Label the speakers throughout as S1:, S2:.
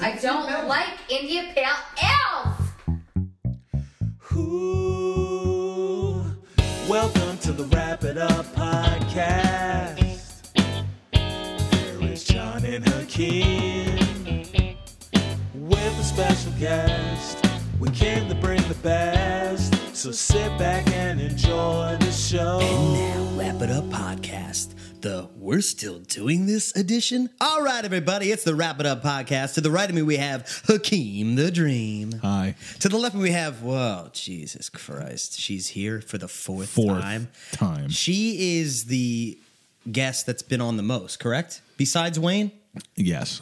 S1: I don't like India Pale Ales.
S2: Ooh, welcome to the Wrap It Up podcast. There is John and Hakeem with a special guest. We came to bring the best, so sit back and enjoy the show.
S3: Wrap It Up podcast. The We're Still Doing This edition. All right, everybody, it's the Wrap It Up podcast. To the right of me, we have Hakeem the Dream.
S4: Hi.
S3: To the left of me, we have, whoa, Jesus Christ. She's here for the fourth,
S4: Fourth
S3: time.
S4: time.
S3: She is the guest that's been on the most, correct? Besides Wayne?
S4: Yes.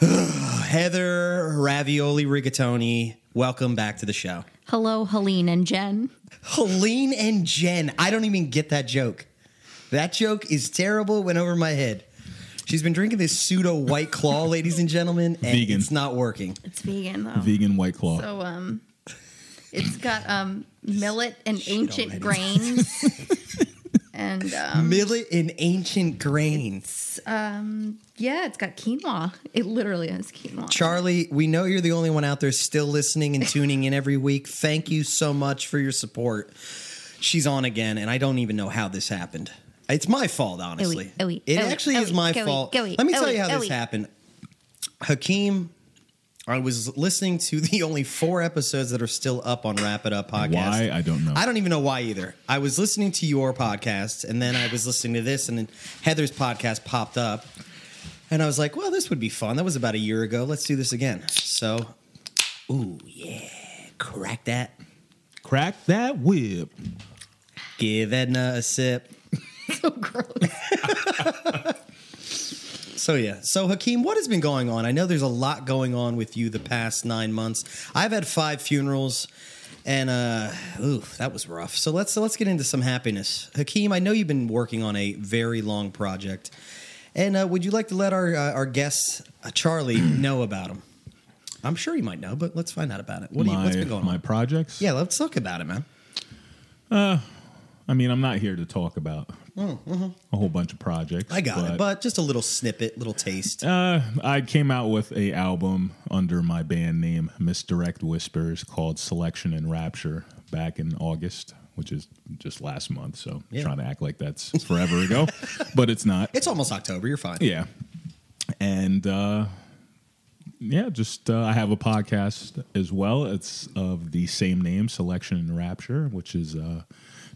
S3: Heather Ravioli Rigatoni, welcome back to the show.
S5: Hello, Helene and Jen.
S3: Helene and Jen. I don't even get that joke. That joke is terrible. It Went over my head. She's been drinking this pseudo white claw, ladies and gentlemen, and
S4: Vegan.
S3: it's not working.
S5: It's vegan though.
S4: Vegan White Claw.
S5: So um it's got um millet and
S3: already.
S5: ancient grains. and um,
S3: Millet and ancient grains.
S5: um yeah, it's got quinoa. It literally has quinoa.
S3: Charlie, we know you're the only one out there still listening and tuning in every week. Thank you so much for your support. She's on again, and I don't even know how this happened. It's my fault, honestly.
S5: oh, we-
S3: it
S5: oh, we-
S3: actually
S5: oh,
S3: is
S5: we-
S3: my
S5: oh, we-
S3: fault.
S5: oh, we-
S3: Let me
S5: oh,
S3: tell
S5: we-
S3: you how
S5: oh,
S3: this
S5: we-
S3: happened. Hakeem, I was listening to the only four episodes that are still up on Wrap It Up podcast.
S4: Why? I don't know.
S3: I don't even know why either. I was listening to your podcast, and then I was listening to this, and then Heather's podcast popped up. And I was like, well, this would be fun. That was about a year ago. Let's do this again. So, ooh, yeah. Crack that.
S4: Crack that whip.
S3: Give Edna a sip.
S5: So gross.
S3: So, yeah. So, Hakeem, what has been going on? I know there's a lot going on with you the past nine months. I've had five funerals. And uh ooh, that was rough. So let's so let's get into some happiness. Hakeem, I know you've been working on a very long project. And uh, would you like to let our uh, our guest uh, Charlie know about him? I'm sure he might know, but let's find out about it. What do you,
S4: my,
S3: what's been going
S4: my
S3: on?
S4: projects.
S3: Yeah, let's talk about it, man.
S4: I mean, I'm not here to talk about a whole bunch of projects.
S3: Mm, mm-hmm. I got it, but just a little snippet, little taste.
S4: uh, I came out with a album under my band name Misdirect Whispers called Selection and Rapture back in August, which is just last month. So
S3: Yeah.
S4: trying to act like that's forever ago, but it's not.
S3: it's almost October. You're fine.
S4: Yeah. And uh, yeah, just uh, I have a podcast as well. It's of the same name, Selection and Rapture, which is uh,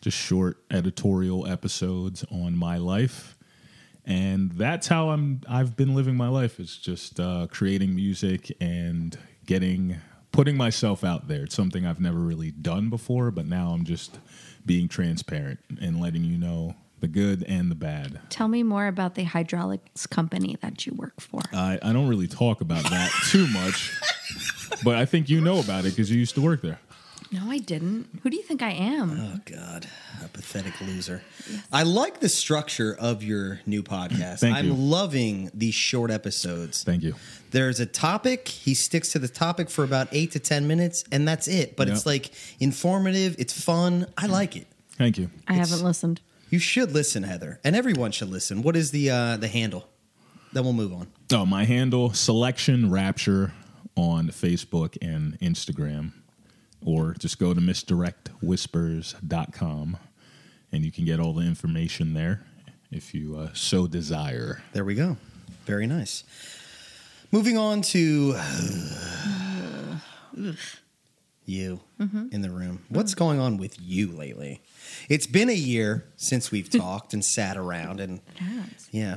S4: just short editorial episodes on my life. And that's how I'm I've been living my life is just uh, creating music and getting putting myself out there. It's something I've never really done before, but now I'm just being transparent and letting you know the good and the bad.
S5: Tell me more about the hydraulics company that you work for.
S3: Uh,
S4: I, I don't really talk about that too much, but I think you know about it because you used to work there.
S5: no, I didn't. Who do you think I am?
S3: Oh God, a pathetic loser. I like the structure of your new podcast.
S4: Thank
S3: I'm
S4: you.
S3: loving these short episodes.
S4: Thank you.
S3: There's a topic. He sticks to the topic for about eight to ten minutes, and that's it. But it's
S4: Yep.
S3: like informative. It's fun.
S4: Mm-hmm.
S3: I like it.
S4: Thank you.
S5: I haven't listened.
S3: You should listen, Heather, and everyone should listen. What is the uh, the handle? Then we'll move on.
S4: Oh, my handle selection rapture on Facebook and Instagram, or just go to misdirectwhispers.com and you can get all the information there if you uh, so desire.
S3: There we go. Very nice. Moving on to you
S5: Mm-hmm.
S3: in the room. What's going on with you lately? It's been a year since we've talked and sat around, and yeah,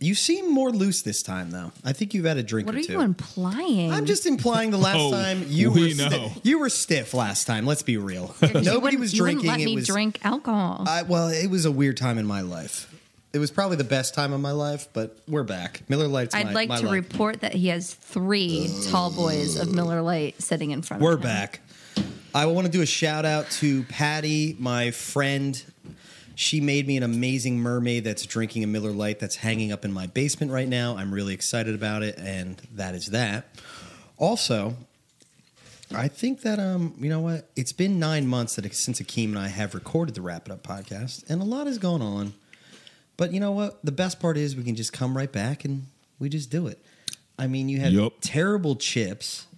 S3: you seem more loose this time though. I think you've had a drink
S5: What
S3: or
S5: are
S3: two.
S5: you implying?
S3: I'm just implying the last
S4: Oh,
S3: time you
S4: we
S3: were sti-
S4: know.
S3: you were stiff last time. Let's be real.
S5: You
S3: Nobody
S5: wouldn't-
S3: was
S5: you wouldn't
S3: drinking.
S5: Let
S3: it
S5: me
S3: was
S5: drink alcohol.
S3: I, well, it was a weird time in my life. It was probably the best time of my life, but we're back. Miller Lite's
S5: I'd
S3: my,
S5: like
S3: my
S5: to
S3: life.
S5: report that he has three tall boys of Miller Lite sitting in front
S3: We're
S5: of him.
S3: back. I want to do a shout out to Patty, my friend. She made me an amazing mermaid that's drinking a Miller Lite that's hanging up in my basement right now. I'm really excited about it, and that is that. Also, I think that um, you know what? It's been nine months that since Akeem and I have recorded the Wrap It Up podcast, and a lot has gone on. But you know what? The best part is we can just come right back and we just do it. I mean, you had
S4: Yup.
S3: terrible chips.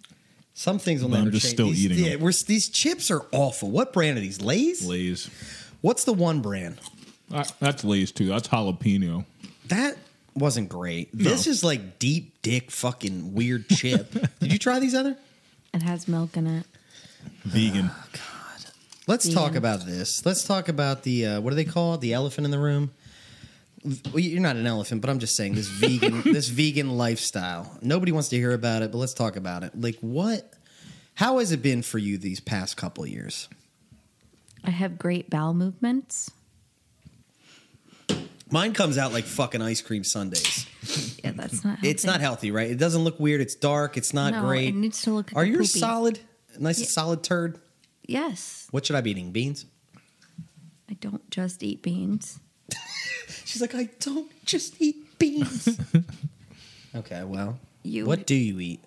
S3: Some things will
S4: But I'm
S3: never
S4: just
S3: change.
S4: still
S3: these,
S4: eating
S3: yeah,
S4: them.
S3: We're, these chips are awful. What brand are these? Lay's?
S4: Lay's.
S3: What's the one brand?
S4: Uh, that's Lay's too. That's jalapeno.
S3: That wasn't great. This is like deep dick fucking weird chip. Did you try these other?
S5: It has milk in it.
S4: Vegan.
S3: Let's talk
S5: Yeah.
S3: about this. Let's talk about the uh, what do they call it? The elephant in the room. Well, You're not an elephant, but I'm just saying this vegan this vegan lifestyle. Nobody wants to hear about it, but let's talk about it. Like what? How has it been for you these past couple years?
S5: I have great bowel movements.
S3: Mine comes out like fucking ice cream sundaes.
S5: Yeah, that's not.
S3: It's not
S5: healthy.
S3: healthy, right? It doesn't look weird. It's dark. It's not
S5: No,
S3: great.
S5: it needs to look.
S3: Are yours
S5: poopy.
S3: solid? Nice and solid turd.
S5: Yes,
S3: What should I be eating? Beans?
S5: I don't just eat beans.
S3: She's like, I don't just eat beans. okay, well,
S5: You-
S3: what do you eat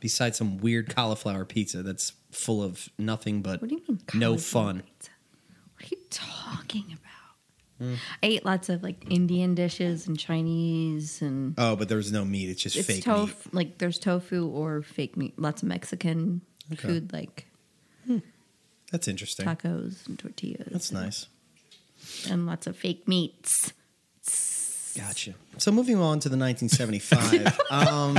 S3: besides some weird cauliflower pizza that's full of nothing but
S5: What do you mean?
S3: no
S5: cauliflower
S3: fun?
S5: pizza? What are you talking about? I ate lots of like Indian dishes and Chinese and
S3: Oh, but there's no meat. It's just
S5: it's
S3: fake
S5: tofu.
S3: meat.
S5: Like there's tofu or fake meat. Lots of Mexican
S3: Okay.
S5: food like
S3: That's interesting.
S5: tacos and tortillas.
S3: That's nice.
S5: And lots of fake meats.
S3: Gotcha. So moving on to the 1975. um,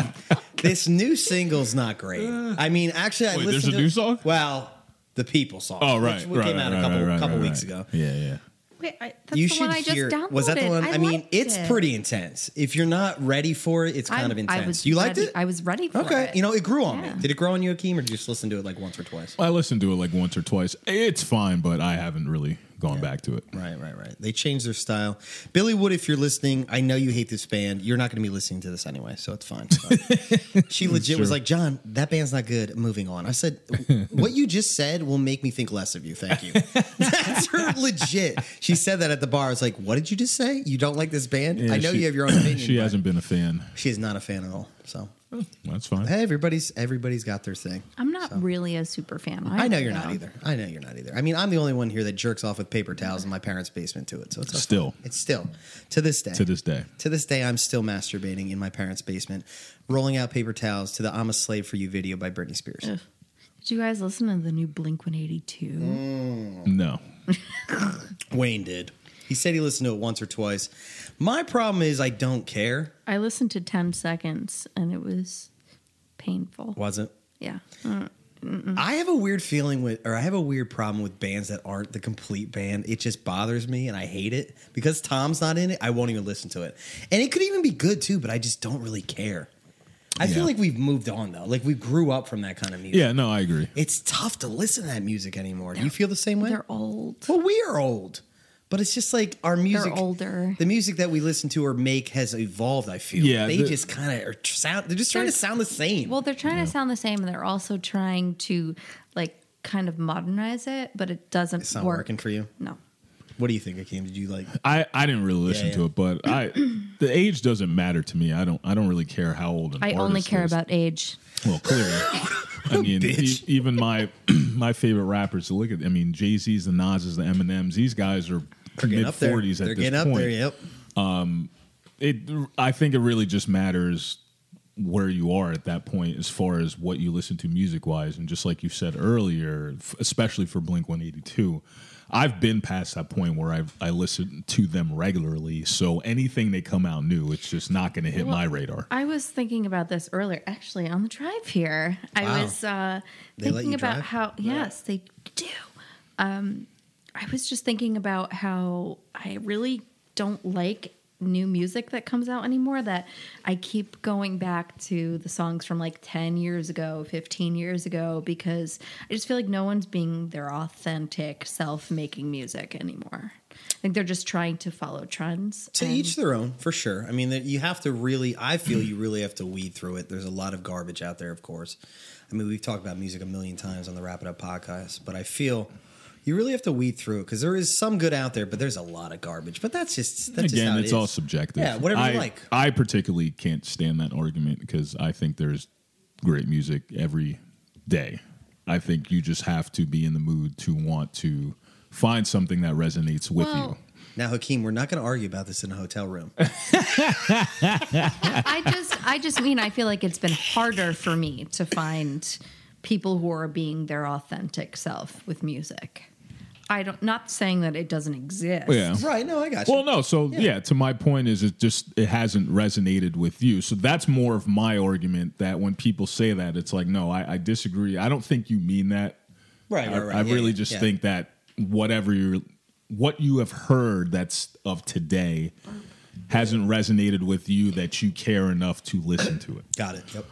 S3: this new single's not great. I mean, actually, I
S4: Wait, there's
S3: listened
S4: a
S3: to
S4: new song?
S3: Well, the people song.
S4: Oh,
S3: which
S4: right. right,
S3: came
S4: right,
S3: out
S4: right,
S3: a couple
S4: right, right,
S3: couple
S4: right,
S3: weeks
S4: right.
S3: ago.
S4: Yeah, yeah.
S5: Wait, I, that's
S3: you
S5: the
S3: should
S5: one I just
S3: hear.
S5: downloaded.
S3: Was that the one? I, mean,
S5: liked
S3: it's
S5: it.
S3: pretty intense. If you're not ready for it, it's kind
S5: I'm-
S3: of
S5: I
S3: intense.
S5: was
S3: you liked
S5: ready-
S3: it?
S5: I was ready for
S3: okay.
S5: it.
S3: You know, it grew on
S5: Yeah.
S3: me. Did it grow on you, Akeem, or did you just listen to it like once or twice?
S4: I listened to it like once or twice. It's fine, but I haven't really gone back to it.
S3: Right, right, right. They changed their style. Billy Wood, if you're listening, I know you hate this band. You're not going to be listening to this anyway, so it's fine. But she legit was like, John, that band's not good. Moving on. I said, what you just said will make me think less of you. Thank you. That's her legit. She said that at the bar. I was like, what did you just say? You don't like this band?
S4: Yeah,
S3: I know
S4: she-
S3: you have your own opinion.
S4: She
S3: but
S4: hasn't been a fan.
S3: She is not a fan at all. So
S4: That's fine.
S3: hey, everybody's everybody's got their thing.
S5: I'm not really a super fan.
S3: I know you're not either. I know you're not either. I mean, I'm the only one here that jerks off with paper towels in my parents' basement to it. So it's okay.
S4: Still.
S3: it's still to this day.
S4: To this day.
S3: To this day, I'm still masturbating in my parents' basement, rolling out paper towels to the "I'm a Slave for You" video by Britney Spears.
S5: Did you guys listen to the new Blink 182?
S3: Mm.
S4: No.
S3: Wayne did. He said he listened to it once or twice. My problem is I don't care.
S5: I listened to 10 seconds and it was painful.
S3: Wasn't.
S5: Yeah. Mm.
S3: I have a weird feeling with, or I have a weird problem with bands that aren't the complete band. It just bothers me, and I hate it because Tom's not in it. I won't even listen to it, and it could even be good too, but I just don't really care. I
S4: Yeah.
S3: feel like we've moved on though. Like we grew up from that kind of music.
S4: Yeah, no, I agree.
S3: It's tough to listen to that music anymore. Do you feel the same way?
S5: They're old.
S3: Well, we are old, but it's just like our music.
S5: older.
S3: The music that we listen to or make has evolved. I feel.
S4: Yeah,
S3: they
S4: the-
S3: just kind of are tr- sound. They're just trying to
S5: There's-
S3: sound the same.
S5: Well, they're trying to sound the same and they're also trying to like kind of modernize it, but it doesn't
S3: it's not
S5: work.
S3: working for you.
S5: No.
S3: What do you think, Akeem? Did you like?
S4: I, I didn't really listen
S3: yeah.
S4: to it, but I the age doesn't matter to me. I don't I don't really care how old an
S5: I only
S4: artist
S5: care
S4: is.
S5: about age.
S4: Well, clearly. I mean, e-
S3: bitch.
S4: even my my favorite rappers. Look at, I mean, Jay Z's, the Nas's, the Eminems. These guys are
S3: They're getting
S4: mid
S3: up there.
S4: forties at
S3: They're
S4: this
S3: getting
S4: point.
S3: up there. Yep.
S4: It, I think it really just matters where you are at that point, as far as what you listen to music wise, and just like you said earlier, f- especially for Blink One Eighty Two. I've been past that point where I've I listen to them regularly, so anything they come out new, it's just not going to hit my radar.
S5: I was thinking about this earlier, actually, on the drive here.
S3: Wow.
S5: I was uh,
S3: They let
S5: thinking
S3: you
S5: about
S3: drive?
S5: how, yes, they do. Um, I was just thinking about how I really don't like new music that comes out anymore, that I keep going back to the songs from like 10 years ago, 15 years ago, because I just feel like no one's being their authentic self making music anymore. I think they're just trying to follow trends.
S3: To
S5: and-
S3: each their own, for sure. I mean, that you have to really. I feel you really have to weed through it. There's a lot of garbage out there, of course. I mean, we've talked about music a million times on the Wrap It Up podcast, but I feel you really have to weed through it because there is some good out there, but there's a lot of garbage. But that's just that's just
S4: Again,
S3: how it
S4: it's
S3: is.
S4: all subjective.
S3: Yeah, whatever
S4: I,
S3: you like.
S4: I particularly can't stand that argument because I think there's great music every day. I think you just have to be in the mood to want to find something that resonates with
S5: Well,
S4: you.
S3: Now, Hakeem, we're not going to argue about this in a hotel room.
S5: I just I just mean I feel like it's been harder for me to find people who are being their authentic self with music. I don't not saying that it doesn't exist.
S4: Yeah.
S3: right? No, I got you.
S4: Well, no. So yeah. to my point is, it just it hasn't resonated with you. So that's more of my argument that when people say that, it's like, no, I, I disagree. I don't think you mean that.
S3: Right,
S4: I,
S3: right, right.
S4: I
S3: Yeah,
S4: really
S3: yeah,
S4: just
S3: yeah.
S4: think that whatever you what you have heard that's of today hasn't resonated with you that you care enough to listen to it.
S3: Got it. Yep.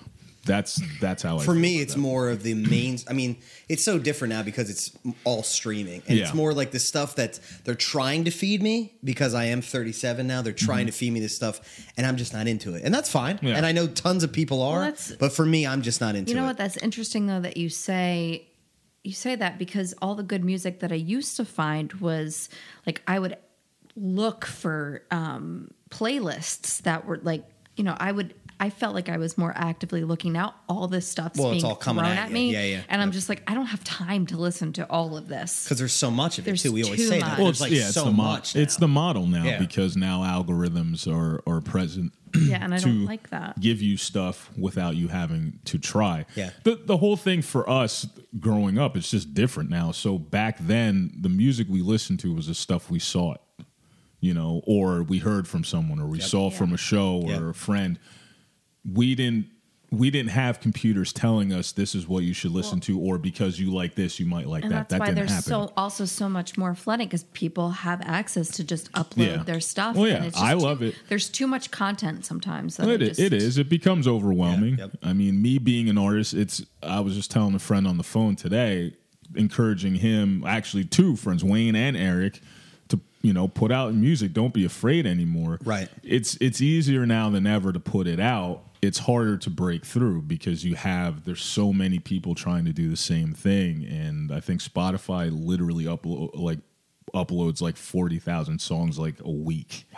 S4: That's that's how I
S3: For
S4: feel
S3: me,
S4: about
S3: it's
S4: that.
S3: more of the main. I mean, it's so different now because it's all streaming, and
S4: Yeah.
S3: it's more like the stuff that they're trying to feed me because I am 37 now. They're trying to feed me this stuff, and I'm just not into it, and that's fine.
S4: Mm-hmm. Yeah.
S3: And I know tons of people are,
S5: that's-
S3: but for me, I'm just not into
S5: You know
S3: it.
S5: what? That's interesting though that you say you say that because all the good music that I used to find was like I would look for um, playlists that were like you know I would I felt like I was more actively looking out all this stuff
S3: Well, it's
S5: being
S3: all coming
S5: thrown
S3: at
S5: at,
S3: you.
S5: me
S3: Yeah, yeah.
S5: and I'm just like I don't have time to listen to all of this
S3: Because there's so much of it
S5: There's
S3: too. We always
S5: too
S3: say that.
S5: much.
S4: Well,
S3: there's
S4: it's,
S3: like
S4: yeah, it's
S3: so
S4: the mo-
S3: much. now.
S4: It's the model now
S3: Yeah.
S4: because now algorithms are are present
S5: yeah and I
S4: to
S5: don't like that
S4: give you stuff without you having to try.
S3: Yeah.
S4: The the whole thing for us growing up, it's just different now. So back then, the music we listened to was the stuff we sought, you know, or we heard from someone, or we saw from a show or
S3: Yep.
S4: a friend. We didn't we didn't have computers telling us this is what you should listen to, or because you like this, you might like
S5: and
S4: that.
S5: that's
S4: That
S5: why
S4: didn't
S5: there's
S4: happen.
S5: so also so much more flooding because people have access to just upload
S4: Yeah.
S5: their stuff.
S4: Well, yeah,
S5: and it's just
S4: I
S5: too-
S4: love it. Oh,
S5: There's too much content sometimes. That
S4: It,
S5: I
S4: i-
S5: just,
S4: it is. It becomes overwhelming.
S3: Yeah, yep.
S4: I mean, me being an artist, it's. I was just telling a friend on the phone today, encouraging him, actually two friends, Wayne and Eric, to you know put out music. Don't be afraid anymore.
S3: Right.
S4: It's it's easier now than ever to put it out. It's harder to break through because you have there's so many people trying to do the same thing, and I think Spotify literally upload like uploads like forty thousand songs like a week.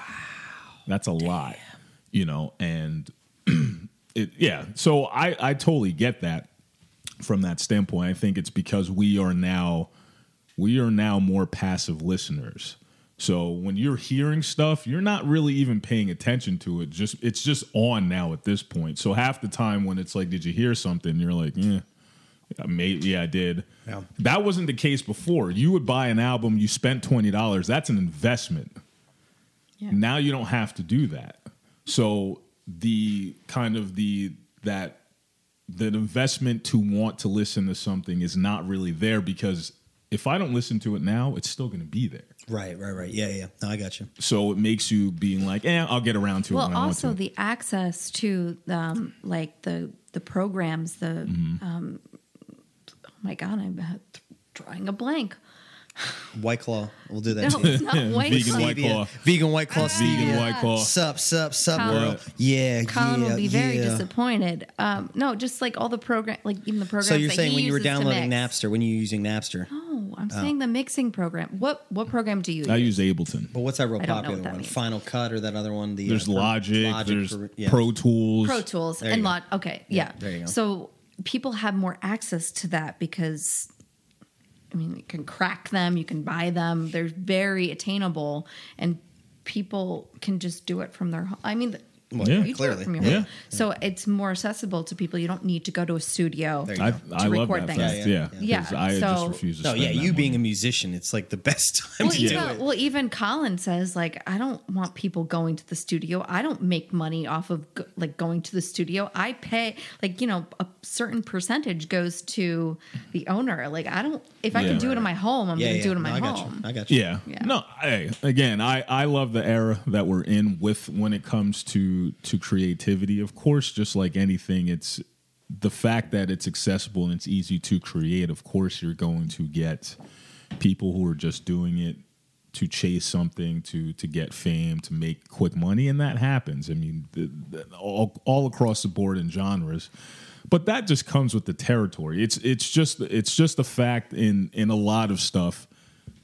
S4: That's a lot, you know, and it, yeah. So I, I totally get that from that standpoint. I think it's because we are now, we are now more passive listeners. So when you're hearing stuff, you're not really even paying attention to it. Just it's just on now at this point. So half the time when it's like, did you hear something? You're like, yeah, maybe yeah, I did.
S3: Yeah.
S4: That wasn't the case before. You would buy an album, you spent twenty dollars. That's an investment.
S5: Yeah.
S4: Now you don't have to do that. So the kind of the that the investment to want to listen to something is not really there because if I don't listen to it now, it's still going to be there.
S3: right, right, right. Yeah, yeah. No, I got you.
S4: So it makes you being like, eh, I'll get around to it
S5: Well,
S4: when I
S5: also
S4: want to.
S5: the access to um, like the the programs. The
S4: Mm-hmm.
S5: um, oh my god, I'm uh, drawing a blank.
S3: White Claw. We'll do that.
S5: No,
S3: too.
S5: it's not white.
S4: Vegan
S5: Claw.
S4: White Claw.
S3: Vegan White Claw.
S4: Vegan
S3: stevia.
S4: White Claw.
S3: Sup, sup, sup,
S5: Colin-
S3: world. Yeah,
S5: Colin
S3: yeah,
S5: will be very
S3: yeah.
S5: disappointed. Um, no, just like all the program, like even the programs.
S3: So you're
S5: that
S3: saying
S5: he
S3: when you were
S5: uses to
S3: downloading Oh.
S5: mix.
S3: Napster, when you were using Napster,
S5: No, I'm saying the mixing program. What what program do you
S4: I
S5: use?
S4: use Ableton.
S3: but what's that real
S5: I don't know
S3: popular
S5: what that
S3: one?
S5: means.
S3: Final Cut or that other one? The
S4: There's
S3: uh, Pro-
S4: Logic, there's
S3: Pro- yeah.
S4: Pro Tools.
S5: Pro Tools
S3: There you
S5: and
S3: go.
S5: lot. Okay, yeah.
S3: there you go.
S5: So people have more access to that because, I mean, you can crack them, you can buy them. They're very attainable, and people can just do it from their. ho- I mean.
S3: Well,
S4: Yeah.
S5: you do it
S3: clearly.
S5: from your
S4: Yeah.
S5: home. So it's more accessible to people. You don't need to go to a studio.
S3: There you
S4: I,
S3: go.
S4: I
S5: To
S4: love
S5: record
S4: that
S5: things.
S4: fact.
S3: Yeah,
S4: Yeah.
S3: yeah,
S5: yeah.
S4: 'Cause I
S5: Yeah,
S4: just
S5: so-
S4: refuse to
S3: No,
S4: spend
S3: yeah,
S4: that
S3: you
S4: money.
S3: being a musician, it's like the best time
S5: Well,
S3: to
S5: even,
S3: do it.
S5: well, even Colin says like I don't want people going to the studio. I don't make money off of go- like going to the studio. I pay like you know a certain percentage goes to the owner. Like I don't if I
S4: Yeah.
S5: can do it in my home, I'm
S3: yeah,
S5: gonna
S3: yeah.
S5: do it in
S3: No,
S5: my
S3: I got
S5: home.
S3: you. I got you.
S4: Yeah.
S5: Yeah.
S4: No, hey, again, I, I love the era that we're in with when it comes to to creativity. Of course, just like anything, it's the fact that it's accessible and it's easy to create. Of course, you're going to get people who are just doing it to chase something, to to get fame, to make quick money, and that happens. I mean, the, the, all all across the board in genres. But that just comes with the territory. It's it's just it's just a fact in in a lot of stuff.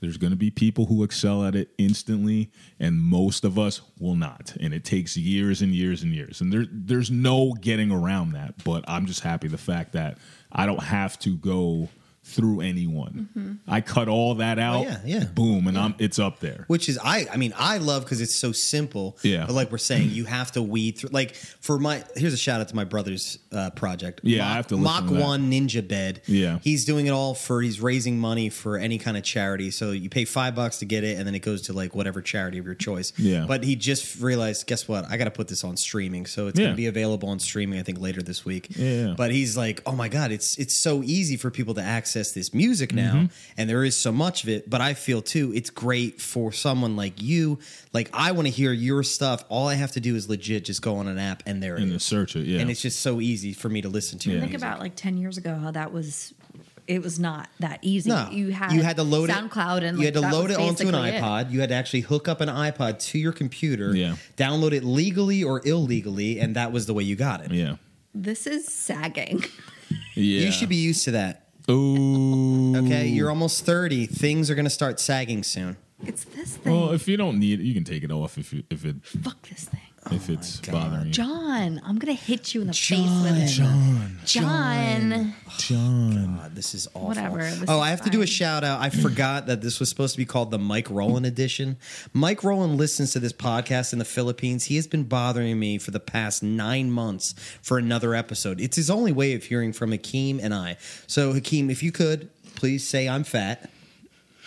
S4: There's going to be people who excel at it instantly, and most of us will not. And it takes years and years and years. And there, there's no getting around that. But I'm just happy the fact that I don't have to go through anyone. I cut all that out.
S3: Mm-hmm. Oh, yeah, yeah.
S4: Boom, and I'm it's up there.
S3: which is I I mean I love because it's so simple.
S4: Yeah.
S3: But like we're saying, you have to weed through. Like for my here's a shout out to my brother's uh, project.
S4: Yeah,
S3: Mach,
S4: I have to listen
S3: Mach
S4: to that.
S3: One Ninja Bed.
S4: Yeah.
S3: he's doing it all for he's raising money for any kind of charity. So you pay five bucks to get it, and then it goes to like whatever charity of your choice.
S4: Yeah.
S3: But he just realized, guess what? I got to put this on streaming, so it's
S4: Yeah.
S3: gonna be available on streaming. I think later this week.
S4: Yeah.
S3: But he's like, oh my god, it's it's so easy for people to access this music now,
S4: Mm-hmm.
S3: and there is so much of it. But I feel too, it's great for someone like you. Like I want to hear your stuff. All I have to do is legit just go on an app, and there it
S4: And to
S3: is.
S4: search it, yeah.
S3: And it's just so easy for me to listen to. your
S5: Think
S3: music.
S5: about like ten years ago how that was. It was not that easy.
S3: No,
S5: you had
S3: to load
S5: SoundCloud
S3: it,
S5: and
S3: you had to
S5: like, that
S3: load
S5: was
S3: it onto an
S5: basically it.
S3: iPod. You had to actually hook up an iPod to your computer,
S4: Yeah.
S3: download it legally or illegally, and that was the way you got it.
S4: yeah.
S5: This is sagging.
S4: Yeah.
S3: You should be used to that.
S4: Ooh.
S3: Okay, you're almost thirty. Things are going to start sagging soon.
S5: It's this thing.
S4: Well, if you don't need it, you can take it off if you if it
S5: Fuck this thing.
S4: if it's
S3: Oh God.
S4: bothering you.
S5: John, I'm gonna hit you in the face with it.
S3: John,
S5: John.
S4: John.
S3: God, this is awful.
S5: Whatever, this
S3: oh,
S5: is
S3: I have to do a
S5: fine.
S3: shout out. I forgot that this was supposed to be called the Mike Rowland edition. Mike Rowland listens to this podcast in the Philippines. He has been bothering me for the past nine months for another episode. It's his only way of hearing from Hakeem and I. So, Hakeem, if you could, please say I'm fat.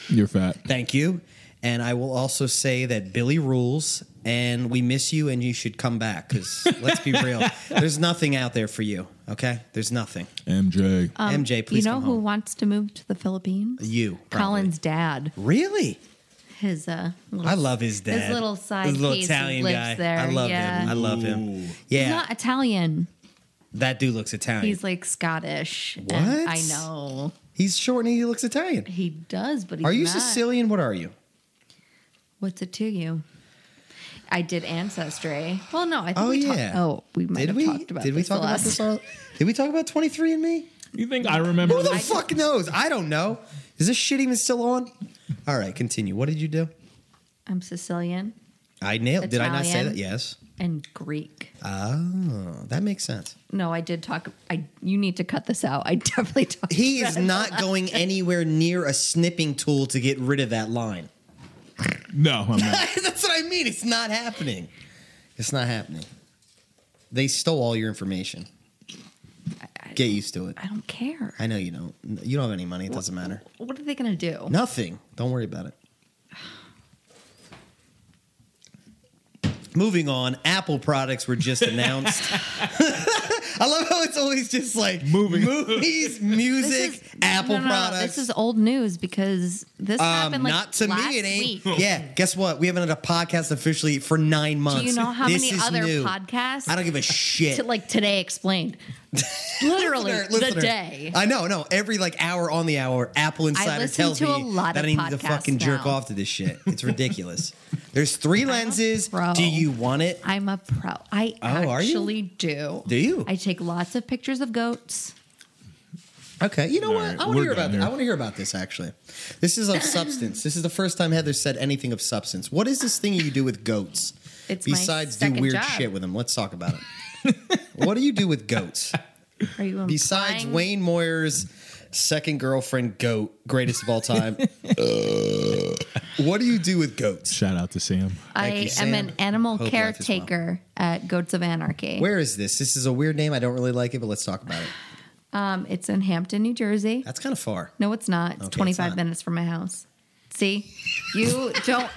S4: You're fat.
S3: Thank you. And I will also say that Billy rules, and we miss you, and you should come back because let's be real, there's nothing out there for you. Okay, there's nothing.
S4: MJ.
S3: MJ, please
S5: Um, you know
S3: come
S5: who
S3: home.
S5: wants to move to the Philippines?
S3: You, probably.
S5: Colin's dad.
S3: Really?
S5: His uh, little,
S3: I love his dad.
S5: His little side
S3: His little
S5: piece
S3: Italian
S5: lives
S3: guy.
S5: there.
S3: I love
S5: yeah.
S3: him. I love
S4: Ooh.
S3: him.
S5: He's
S3: Yeah,
S5: not Italian.
S3: that dude looks Italian.
S5: He's
S3: He's,
S5: like Scottish. and
S3: What?
S5: I know
S3: short and he looks Italian.
S5: he does, but he's
S3: Are you
S5: not.
S3: Sicilian? What are you?
S5: What's it to you? I did ancestry. Well, no, I think
S3: Oh,
S5: we
S3: yeah.
S5: talked. Oh, we might
S3: Did
S5: have
S3: we?
S5: talked about
S3: Did we
S5: this the
S3: talk about
S5: last-
S3: this? All? Did we talk about Twenty Three and Me?
S4: You think I remember?
S3: Who the
S4: this?
S3: fuck knows? I don't know. Is this shit even still on? All right, continue. What did you do?
S5: I'm Sicilian
S3: I nailed. Did I not say
S5: Italian.
S3: that? Yes.
S5: and Greek.
S3: Oh, that makes sense.
S5: No, I did talk. I you need to cut this out. I definitely talked.
S3: He is not going anywhere near a snipping tool to get rid of that line.
S4: no, I'm not.
S3: That's what I mean. It's not happening. It's not happening. They stole all your information. Get used to it.
S5: I don't care.
S3: I know you don't. You don't have any money. It doesn't matter.
S5: What are they gonna do?
S3: Nothing. Don't worry about it. Moving on, Apple products were just announced. I love how it's always just like
S4: Moving.
S3: movies, music,
S5: This is-
S3: Apple
S5: no, no, no,
S3: products. Um,
S5: This is old news because this happened like
S3: not to
S5: last
S3: me, it ain't.
S5: Week.
S3: Yeah, guess what? We haven't had a podcast officially for nine months.
S5: Do you know how
S3: This
S5: many
S3: is
S5: other
S3: new.
S5: podcasts?
S3: I don't give a shit.
S5: to like today explained. Literally
S3: Listener,
S5: the
S3: listener.
S5: day.
S3: I know, no. Every like hour on the hour, Apple Insider
S5: listen
S3: tells
S5: to
S3: me
S5: a lot
S3: that
S5: of
S3: I need to
S5: podcasts
S3: fucking jerk
S5: now.
S3: off to this shit. It's ridiculous. There's three lenses.
S5: pro.
S3: Do you want it?
S5: I'm a pro. I
S3: Oh, are you?
S5: actually do.
S3: Do you?
S5: I take lots of pictures of goats.
S3: Okay, you know
S4: All
S3: what?
S4: right,
S3: I want to
S4: we're
S3: hear about
S4: done
S3: this.
S4: here.
S3: I want to hear about this actually. This is of substance. This is the first time Heather said anything of substance. What is this thing you do with goats?
S5: It's my
S3: besides do
S5: second
S3: weird
S5: job.
S3: shit with them. Let's talk about it. what do you do with goats?
S5: Are you
S3: Besides
S5: implying-
S3: Wayne Moyer's second girlfriend goat, greatest of all time. Uh, what do you do with goats?
S4: Shout out to Sam.
S5: I
S3: Thank you,
S5: am
S3: Sam.
S5: an animal
S3: Hope life is well.
S5: caretaker at Goats of Anarchy.
S3: Where is this? This is a weird name. I don't really like it, but let's talk about it.
S5: Um, it's in Hampton, New Jersey.
S3: That's kind of far.
S5: No, it's not. It's
S3: Okay, it's
S5: 25
S3: not.
S5: minutes from my house. See, you don't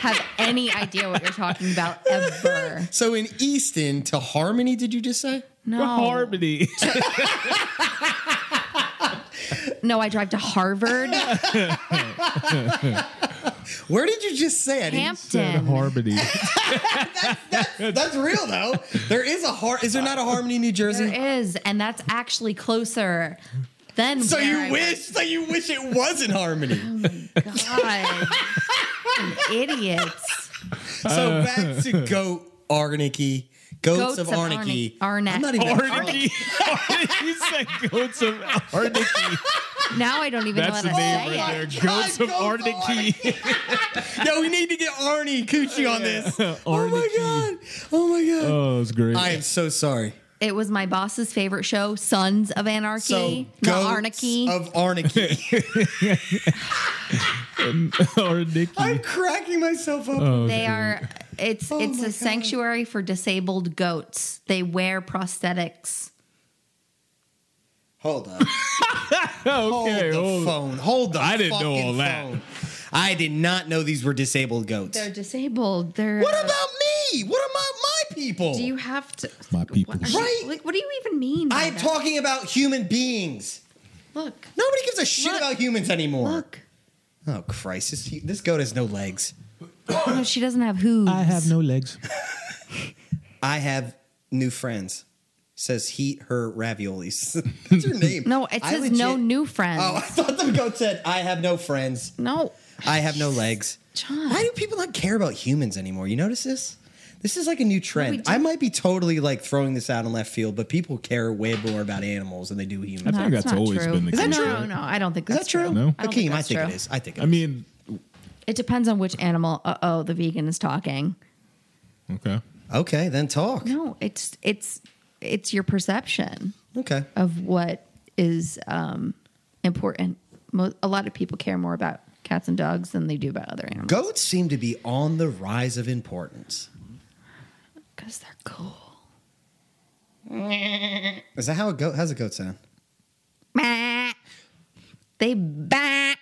S5: have any idea what you're talking about ever.
S3: So in Easton to Harmony, did you just say?
S5: No,
S4: Harmony.
S5: no, I drive to Harvard,
S3: Where did you just say? I didn't-
S4: Said
S5: Hampton.
S4: Harmony.
S3: That's real though. There is a har. Is there not a Harmony, New Jersey?
S5: There is, and that's actually closer than.
S3: so
S5: where I
S3: you wish. So you wish it was in Harmony.
S5: God, Fucking idiots.
S4: Uh.
S3: So back to goat Arnicky. Goats,
S5: Goats
S3: of
S5: of
S3: Arnicky.
S5: Arnick- Arnack.
S3: I'm not even.
S4: Harnicky. Harnicky said goats of Harnicky.
S5: Now I don't even
S4: That's the
S5: know how to
S4: name
S5: say
S4: right there.
S5: it.
S4: Goats of
S3: goats of
S4: Harnicky.
S3: Yo, we need to get Arnie Coochie on this. Oh my
S4: Arnicky.
S3: god. Oh my god.
S4: Oh, it's great.
S3: I am so sorry.
S5: It was my boss's favorite show, Sons of Anarchy, not
S3: goats
S5: Anarchy.
S3: of Arnarchy.
S4: or Nikki.
S3: I'm cracking myself up.
S4: Oh.
S5: they are. It's
S3: Oh
S5: it's a sanctuary for disabled goats. They wear prosthetics.
S3: Hold up. Hold
S4: okay,
S3: the
S4: hold-
S3: phone. Hold the.
S4: I didn't know
S3: fucking
S4: all that.
S3: phone. I did not know these were disabled goats.
S5: They're disabled. They're. uh,
S3: what about me? What about my people?
S5: Do you have to?
S4: My people.
S5: What, are you-
S3: Right.
S5: like, what do you even mean? by
S3: I'm
S5: that?
S3: talking about human beings.
S5: Look,
S3: Nobody gives a shit
S5: Look.
S3: about humans anymore.
S5: look.
S3: Oh Christ! This, this goat has no legs.
S5: No, she doesn't have hooves.
S4: I have no legs.
S3: I have new friends. Says he, her raviolis. That's her name.
S5: No, it
S3: I
S5: says
S3: legit-
S5: no new friends.
S3: Oh, I thought the goat said, "I have no friends.
S5: No,
S3: I have no legs."
S5: John.
S3: Why do people not care about humans anymore? You notice this? This is like a new
S5: we
S3: trend.
S5: do-
S3: I might be totally like throwing this out in left field, but people care way more about animals than they do humans.
S4: I think that's
S5: not
S4: always
S5: true.
S4: been the
S5: no,
S4: case,
S5: No,
S4: right?
S5: no, I don't think
S3: Is
S5: that's
S3: that true?
S4: No.
S5: I
S3: Hakeem,
S5: don't think
S3: I
S5: that's
S3: think it
S5: true.
S3: is. I think it
S4: I mean,
S5: It depends on which animal. Uh oh, the vegan is talking.
S4: okay.
S3: is. Okay, then talk.
S5: No, it's it's it's your perception
S3: Okay.
S5: of what is um, important. Mo- a lot of people care more about cats and dogs than they do about other animals
S3: Goats seem to be on the rise of importance.
S5: because they're cool.
S3: Is that how a goat? How's a goat sound?
S5: Bah. They bah.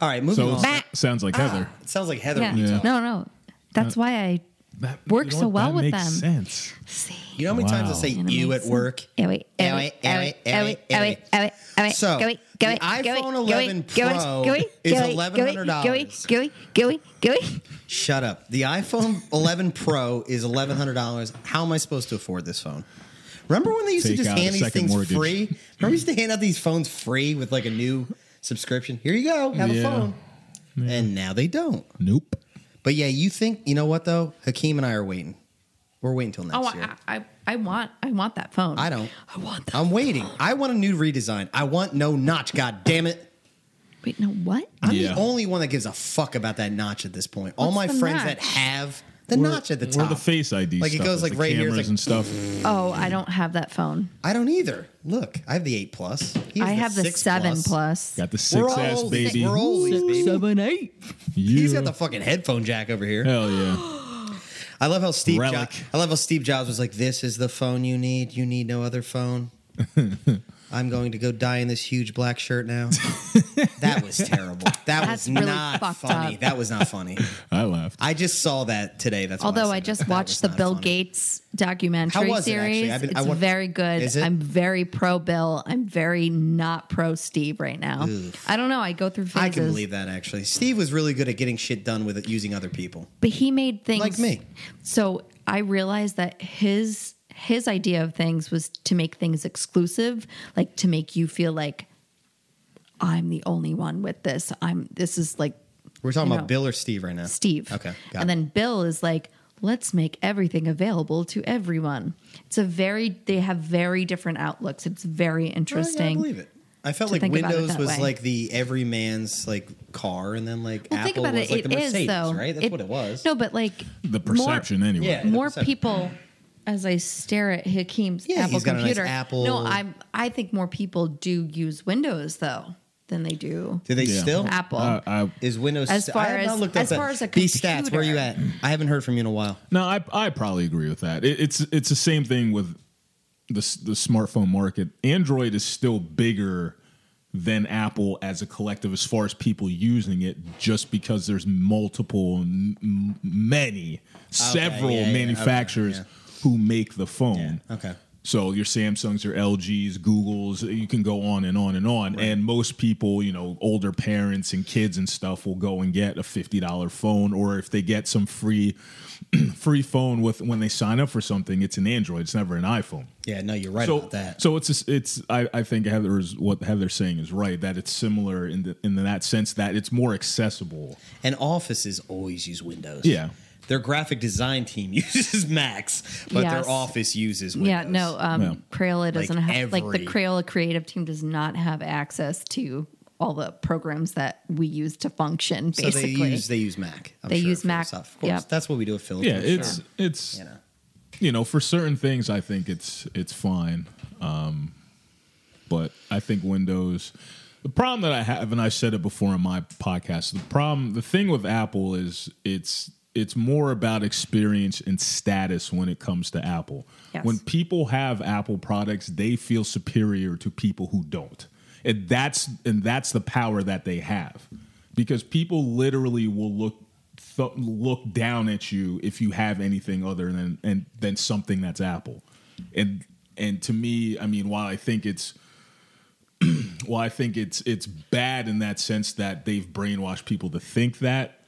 S3: All right, moving
S4: So
S3: on.
S4: it s- sounds like Heather.
S3: It sounds like Heather.
S5: Yeah.
S3: when you talk.
S5: No, no. That's why I
S4: That,
S5: Works
S4: you know
S5: so
S4: what?
S5: well
S4: that
S5: with
S4: makes
S5: them.
S4: Sense.
S5: see.
S3: You know how many times I
S4: Wow.
S3: say
S5: And it
S3: "you"
S5: makes
S3: at work? Eh,
S5: Go away, go
S3: Ew
S5: away,
S3: it,
S5: go
S3: ew
S5: away,
S3: it,
S5: go
S3: ew
S5: away,
S3: it,
S5: go
S3: ew
S5: away,
S3: it.
S5: go away, go away,
S3: eh, So,
S5: eh, go away, go away,
S3: the iPhone
S5: go away,
S3: 11 Pro
S5: go away, go away,
S3: is
S5: go away,
S3: $1,100.
S5: Go away, go away, go away, go away.
S3: Shut up. The iPhone 11 Pro is $1,100. How am I supposed to afford this phone? Remember when they used
S4: Take
S3: to just
S4: out a
S3: hand these
S4: second
S3: things
S4: mortgage.
S3: free? Remember we used to hand out these phones free with like a new subscription? Here you go, have
S4: Yeah.
S3: a phone. And now they don't.
S4: Nope.
S3: But yeah, you think you know what though? Hakeem and I are waiting. We're waiting till next
S5: Oh,
S3: year.
S5: I, I, I want, I want that phone.
S3: I don't.
S5: I want that.
S3: I'm waiting. I want a new redesign. I want no notch. God damn it!
S5: Wait, no, what?
S3: I'm
S4: Yeah.
S3: the only one that gives a fuck about that notch at this point. All
S5: What's
S3: my
S5: the
S3: friends
S5: notch?
S3: that have the notch at the
S4: Or
S3: top.
S4: the face ID.
S3: Like, it
S4: stuff
S3: goes,
S4: with
S3: like,
S4: the
S3: right here, it's
S4: cameras
S3: like-
S4: and stuff.
S5: Oh, I don't have that phone.
S3: I don't either. Look, I have the eight plus. He has
S5: I have the
S3: 6
S5: seven plus.
S4: Got the
S3: We're
S4: six
S3: all
S4: ass
S3: old.
S4: baby.
S3: We're all old, baby.
S5: seven, eight.
S4: Yeah.
S3: He's got the fucking headphone jack over here.
S4: hell yeah.
S3: I love how Steve. Jo-
S4: Relic.
S3: I love how Steve Jobs was like, "This is the phone you need. You need no other phone." I'm going to go die in this huge black shirt now. that was terrible. That
S5: That's
S3: was
S5: really
S3: not
S5: fucked
S3: funny.
S5: up.
S3: That was not funny.
S4: I laughed.
S3: I just saw that today. That's why
S5: Although
S3: said
S5: I
S3: that.
S5: just
S3: That was
S5: watched the
S3: not
S5: Bill
S3: funny.
S5: Gates documentary
S3: How was it, actually?
S5: series.
S3: I've been-
S5: it's
S3: I wa-
S5: very good.
S3: Is it?
S5: I'm very pro Bill. I'm very not pro Steve right now. I don't know. I go through phases.
S3: I can believe that actually. Steve was really good at getting shit done with it, using other people.
S5: but he made things
S3: Like me.
S5: So I realized that his his idea of things was to make things exclusive, like to make you feel like I'm the only one with this. I'm this is like
S3: We're talking
S5: You
S3: about
S5: know.
S3: Bill or Steve right now.
S5: Steve.
S3: Okay. Got
S5: and
S3: it.
S5: then Bill is like, let's make everything available to everyone. It's a very, they have very different outlooks. It's
S3: Well,
S5: very
S3: yeah, I
S5: interesting.
S3: believe it. I felt
S5: to
S3: like
S5: think about it
S3: Windows
S5: that
S3: was
S5: way.
S3: like the every man's like car, and then like
S5: Well,
S3: Apple
S5: think about
S3: was
S5: it.
S3: like
S5: It
S3: the
S5: is
S3: Mercedes,
S5: though.
S3: right? That's what it was.
S5: No, but like
S4: The perception,
S5: More,
S4: anyway.
S3: Yeah.
S5: more
S3: 100%.
S5: people, as I stare at Hakim's
S3: Yeah,
S5: Apple
S3: he's got a nice
S5: computer.
S3: Apple-
S5: No, I'm. I think more people do use Windows though than they do
S3: Do they
S4: Yeah.
S3: still?
S5: Apple.
S4: I- I,
S3: Is Windows
S5: As far
S3: I have not
S5: as-
S3: looked up
S5: as
S3: that.
S5: far as a
S3: these stats? Where you at?
S5: computer.
S3: I haven't heard from you in a while.
S4: No, I I probably agree with that. It, it's it's the same thing with the s- the smartphone market. Android is still bigger than Apple as a collective as far as people using it, just because there's multiple, m- m- many, several
S3: yeah, yeah,
S4: manufacturers
S3: okay,
S4: who make the phone.
S3: Okay.
S4: So your Samsungs, your LGs, Googles, you can go on and on and on. And most people, you know, older parents and kids and stuff will go and get a fifty dollar phone, or if they get some free free phone with when they sign up for something, it's an Android. It's never an iPhone.
S3: Yeah. No, you're right
S4: so
S3: about that.
S4: so it's it's I, I think Heather's what Heather's saying is right that it's similar in the, in that sense that it's more accessible.
S3: and offices always use Windows.
S4: Yeah.
S3: Their graphic design team uses Macs, but
S5: Yes.
S3: their office uses Windows.
S5: yeah, no. Um,
S4: Yeah.
S5: Crayola doesn't have like
S3: every-
S5: the Crayola creative team does not have access to all the programs that we use to function.
S3: So
S5: Basically,
S3: they use they use Mac. I'm
S5: They
S3: sure,
S5: use
S3: for
S5: Mac,
S3: Stuff. Of course,
S5: yep.
S3: that's what we do at Phillips.
S4: Yeah,
S3: I'm
S4: it's
S3: sure.
S4: it's
S3: you know.
S4: you know, for certain things, I think it's it's fine. Um, but I think Windows. The problem that I have, and I've said it before on my podcast, the problem, the thing with Apple is it's it's more about experience and status when it comes to Apple.
S5: Yes.
S4: When people have Apple products, they feel superior to people who don't. And that's and that's the power that they have. Because people literally will look th- look down at you if you have anything other than and than something that's Apple. And and to me, I mean, while I think it's well, I think it's it's bad in that sense that they've brainwashed people to think that.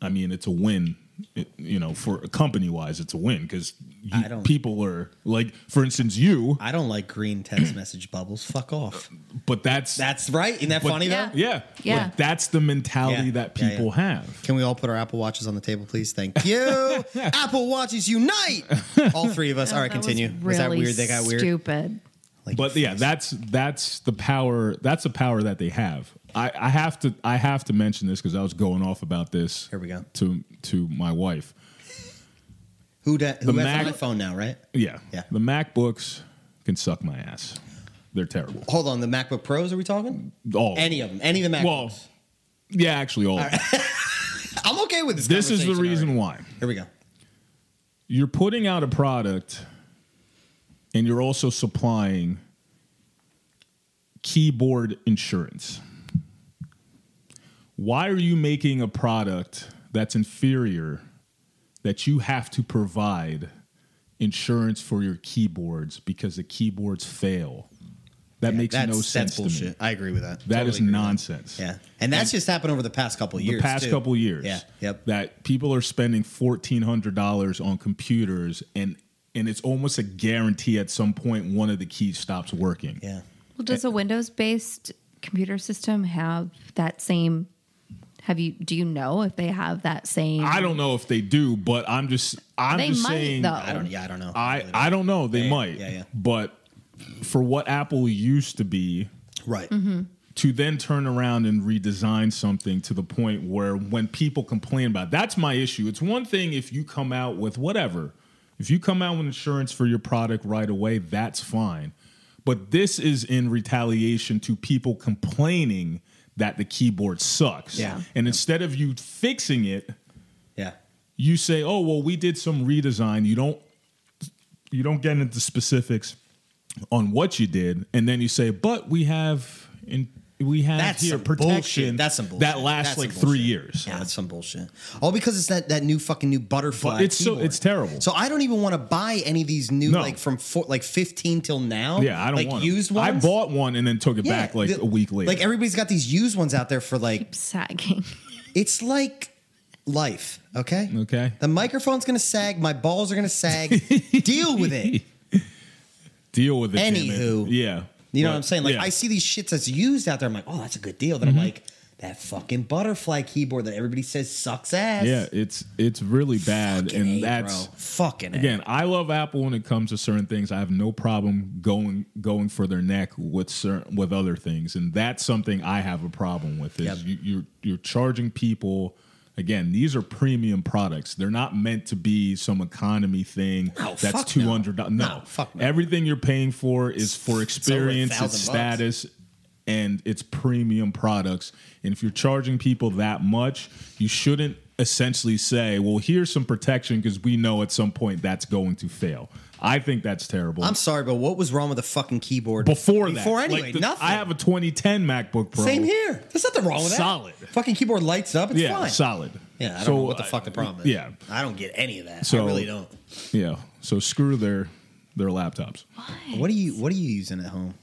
S4: I mean, it's a win, it- you know, for company wise, it's a win because
S3: I don't-
S4: people are like, for instance, you.
S3: I don't like green text message bubbles. Fuck off.
S4: But that's
S3: That's right. Isn't that
S4: Uh, but-
S3: funny
S5: Yeah.
S3: though?
S4: yeah,
S5: Yeah.
S4: But that's the mentality
S3: Yeah.
S4: that
S3: Yeah, yeah.
S4: people have.
S3: Can we all put our Apple Watches on the table, please? Thank you. Apple Watches unite! All three of us. all right,
S5: Oh, That was
S3: continue. Was, that
S5: really
S3: weird? They got weird.
S5: Stupid.
S3: Like,
S4: But yeah, that's that's the power. That's the power that they have. I, I have to I have to mention this because I was going off about this.
S3: Here we go.
S4: To to my wife.
S3: who, da- who
S4: the
S3: has
S4: Mac-
S3: an iPhone now, right?
S4: Yeah.
S3: Yeah.
S4: The MacBooks can suck my ass. They're terrible.
S3: Hold on, the MacBook Pros are we talking?
S4: All
S3: Any of them? Any of the MacBooks?
S4: Well, yeah, actually, all. of them.
S3: I'm okay with this.
S4: This is the
S3: conversation
S4: reason
S3: already.
S4: why
S3: Here we go.
S4: you're putting out a product, and you're also supplying keyboard insurance. Why are you making a product that's inferior that you have to provide insurance for your keyboards because the keyboards fail? That makes
S3: that's,
S4: no
S3: that's
S4: sense. to me.
S3: bullshit. I agree with that.
S4: That
S3: Totally
S4: is
S3: agree with
S4: nonsense.
S3: Yeah, and that's just happened over the past couple
S4: The
S3: years.
S4: past
S3: too.
S4: couple years.
S3: Yeah. Yep.
S4: That people are spending fourteen hundred dollars on computers and and it's almost a guarantee at some point one of the keys stops working.
S3: yeah.
S5: Well, does a Windows-based computer system have that same? Have you? Do you know if they have that same?
S4: I don't know if they do, but I'm just I'm
S5: They
S4: just
S5: might,
S4: saying
S5: though.
S3: I don't. Yeah, I don't know.
S4: I, I don't know. They
S3: Yeah, yeah,
S4: might.
S3: yeah, yeah.
S4: But for what Apple used to be,
S3: right.
S5: Mm-hmm.
S4: to then turn around and redesign something to the point where when people complain about it, that's my issue. It's one thing if you come out with whatever. If you come out with insurance for your product right away, that's fine. But this is in retaliation to people complaining that the keyboard sucks.
S3: Yeah.
S4: And instead of you fixing it,
S3: Yeah.
S4: you say, "Oh, well, we did some redesign." You don't you don't get into specifics on what you did, and then you say, "But we have in we have
S3: That's
S4: here
S3: some
S4: protection
S3: bullshit. That's some bullshit.
S4: that lasts
S3: That's
S4: like
S3: some
S4: three
S3: bullshit.
S4: years."
S3: Yeah, that's some bullshit. All because it's that, that new fucking new butterfly.
S4: But it's so-
S3: keyboard.
S4: it's terrible.
S3: So I don't even want to buy any of these new
S4: No.
S3: like from four, like fifteen till now.
S4: Yeah, I don't
S3: like
S4: want 'em.
S3: used
S4: I
S3: ones.
S4: bought one and then took it
S3: Yeah,
S4: back like
S3: the-
S4: a week later.
S3: Like everybody's got these used ones out there for like
S5: sagging.
S3: It's like life, okay?
S4: Okay.
S3: The microphonene's gonna sag, my balls are gonna sag. Deal with it.
S4: Deal with it. damn it.
S3: Anywho.
S4: yeah,
S3: You know
S4: But,
S3: what I'm saying? Like
S4: yeah. Mm-hmm.
S3: I see these shits that's used out there. I'm like, oh, that's a good deal. Then I'm like, that fucking butterfly keyboard that everybody says sucks ass.
S4: Yeah, it's it's really bad,
S3: Fucking
S4: and
S3: A,
S4: that's
S3: bro. fucking A.
S4: again i love apple when it comes to certain things i have no problem going going for their neck with certain with other things and that's something i have a problem with is
S3: Yep.
S4: you, you're you're charging people again these are premium products they're not meant to be some economy thing
S3: No,
S4: that's
S3: fuck
S4: two
S3: no.
S4: hundred dollars no.
S3: No, fuck no.
S4: everything you're paying for is for
S3: over a
S4: experience it's
S3: thousand bucks.
S4: status and it's premium products and if you're charging people that much you shouldn't essentially say well here's some protection because we know at some point that's going to fail i think that's terrible
S3: I'm sorry, but what was wrong with the fucking keyboard
S4: before, that
S3: Before anyway,
S4: like the-
S3: nothing.
S4: i have a 2010 macbook pro
S3: Same here. There's nothing wrong with that.
S4: Solid.
S3: Fucking keyboard lights up. It's
S4: yeah
S3: fine.
S4: solid
S3: Yeah, I don't
S4: So,
S3: know what the fuck the
S4: uh,
S3: problem is.
S4: yeah
S3: I don't get any of that. I
S4: So-
S3: really don't.
S4: yeah so screw their their laptops
S3: What do you What are you using at home?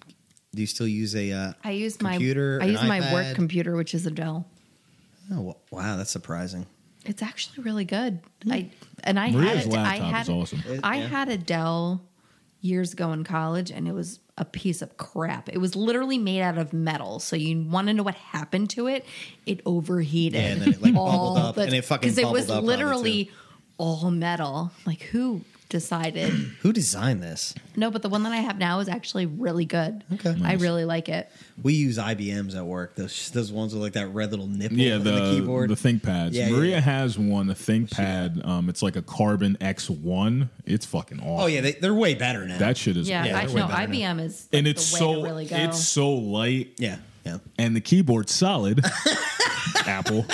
S3: Do you still use a uh,
S5: I use my
S3: computer?
S5: I
S3: an
S5: use my work
S3: iPad?
S5: computer, which is a Dell.
S3: Oh, wa- wow, that's surprising.
S5: It's actually really good. I and I
S4: Maria's
S5: had a, I
S4: laptop
S5: had
S4: is awesome.
S3: Hmm. It-
S5: I
S3: yeah.
S5: had a Dell years ago in college, and it was a piece of crap. It was literally made out of metal, so you want to know what happened to it? It overheated.
S3: Yeah, and then it, like,
S5: all
S3: bubbled up,
S5: the-
S3: and it fucking
S5: it was
S3: bubbled up probably,
S5: literally all metal. Like who decided.
S3: Who designed this?
S5: no, but the one that I have now is actually really good.
S3: Okay.
S5: I
S3: Nice.
S5: really like it.
S3: We use IBMs at work. Those those ones with like that red little nipple
S4: Yeah,
S3: on
S4: the,
S3: the, keyboard.
S4: the ThinkPads.
S3: Yeah, yeah,
S4: Maria
S3: yeah.
S4: has one, a ThinkPad. Um, it's like a Carbon X1. It's fucking awesome.
S3: oh yeah, they, they're way better now.
S4: that shit is
S5: Yeah,
S4: awesome.
S5: I
S3: they're way
S5: know
S3: better now.
S5: IBM is like,
S4: and it's
S5: the way
S4: so
S5: to really go.
S4: it's so light,
S3: yeah, yeah.
S4: and the keyboard's solid. Apple.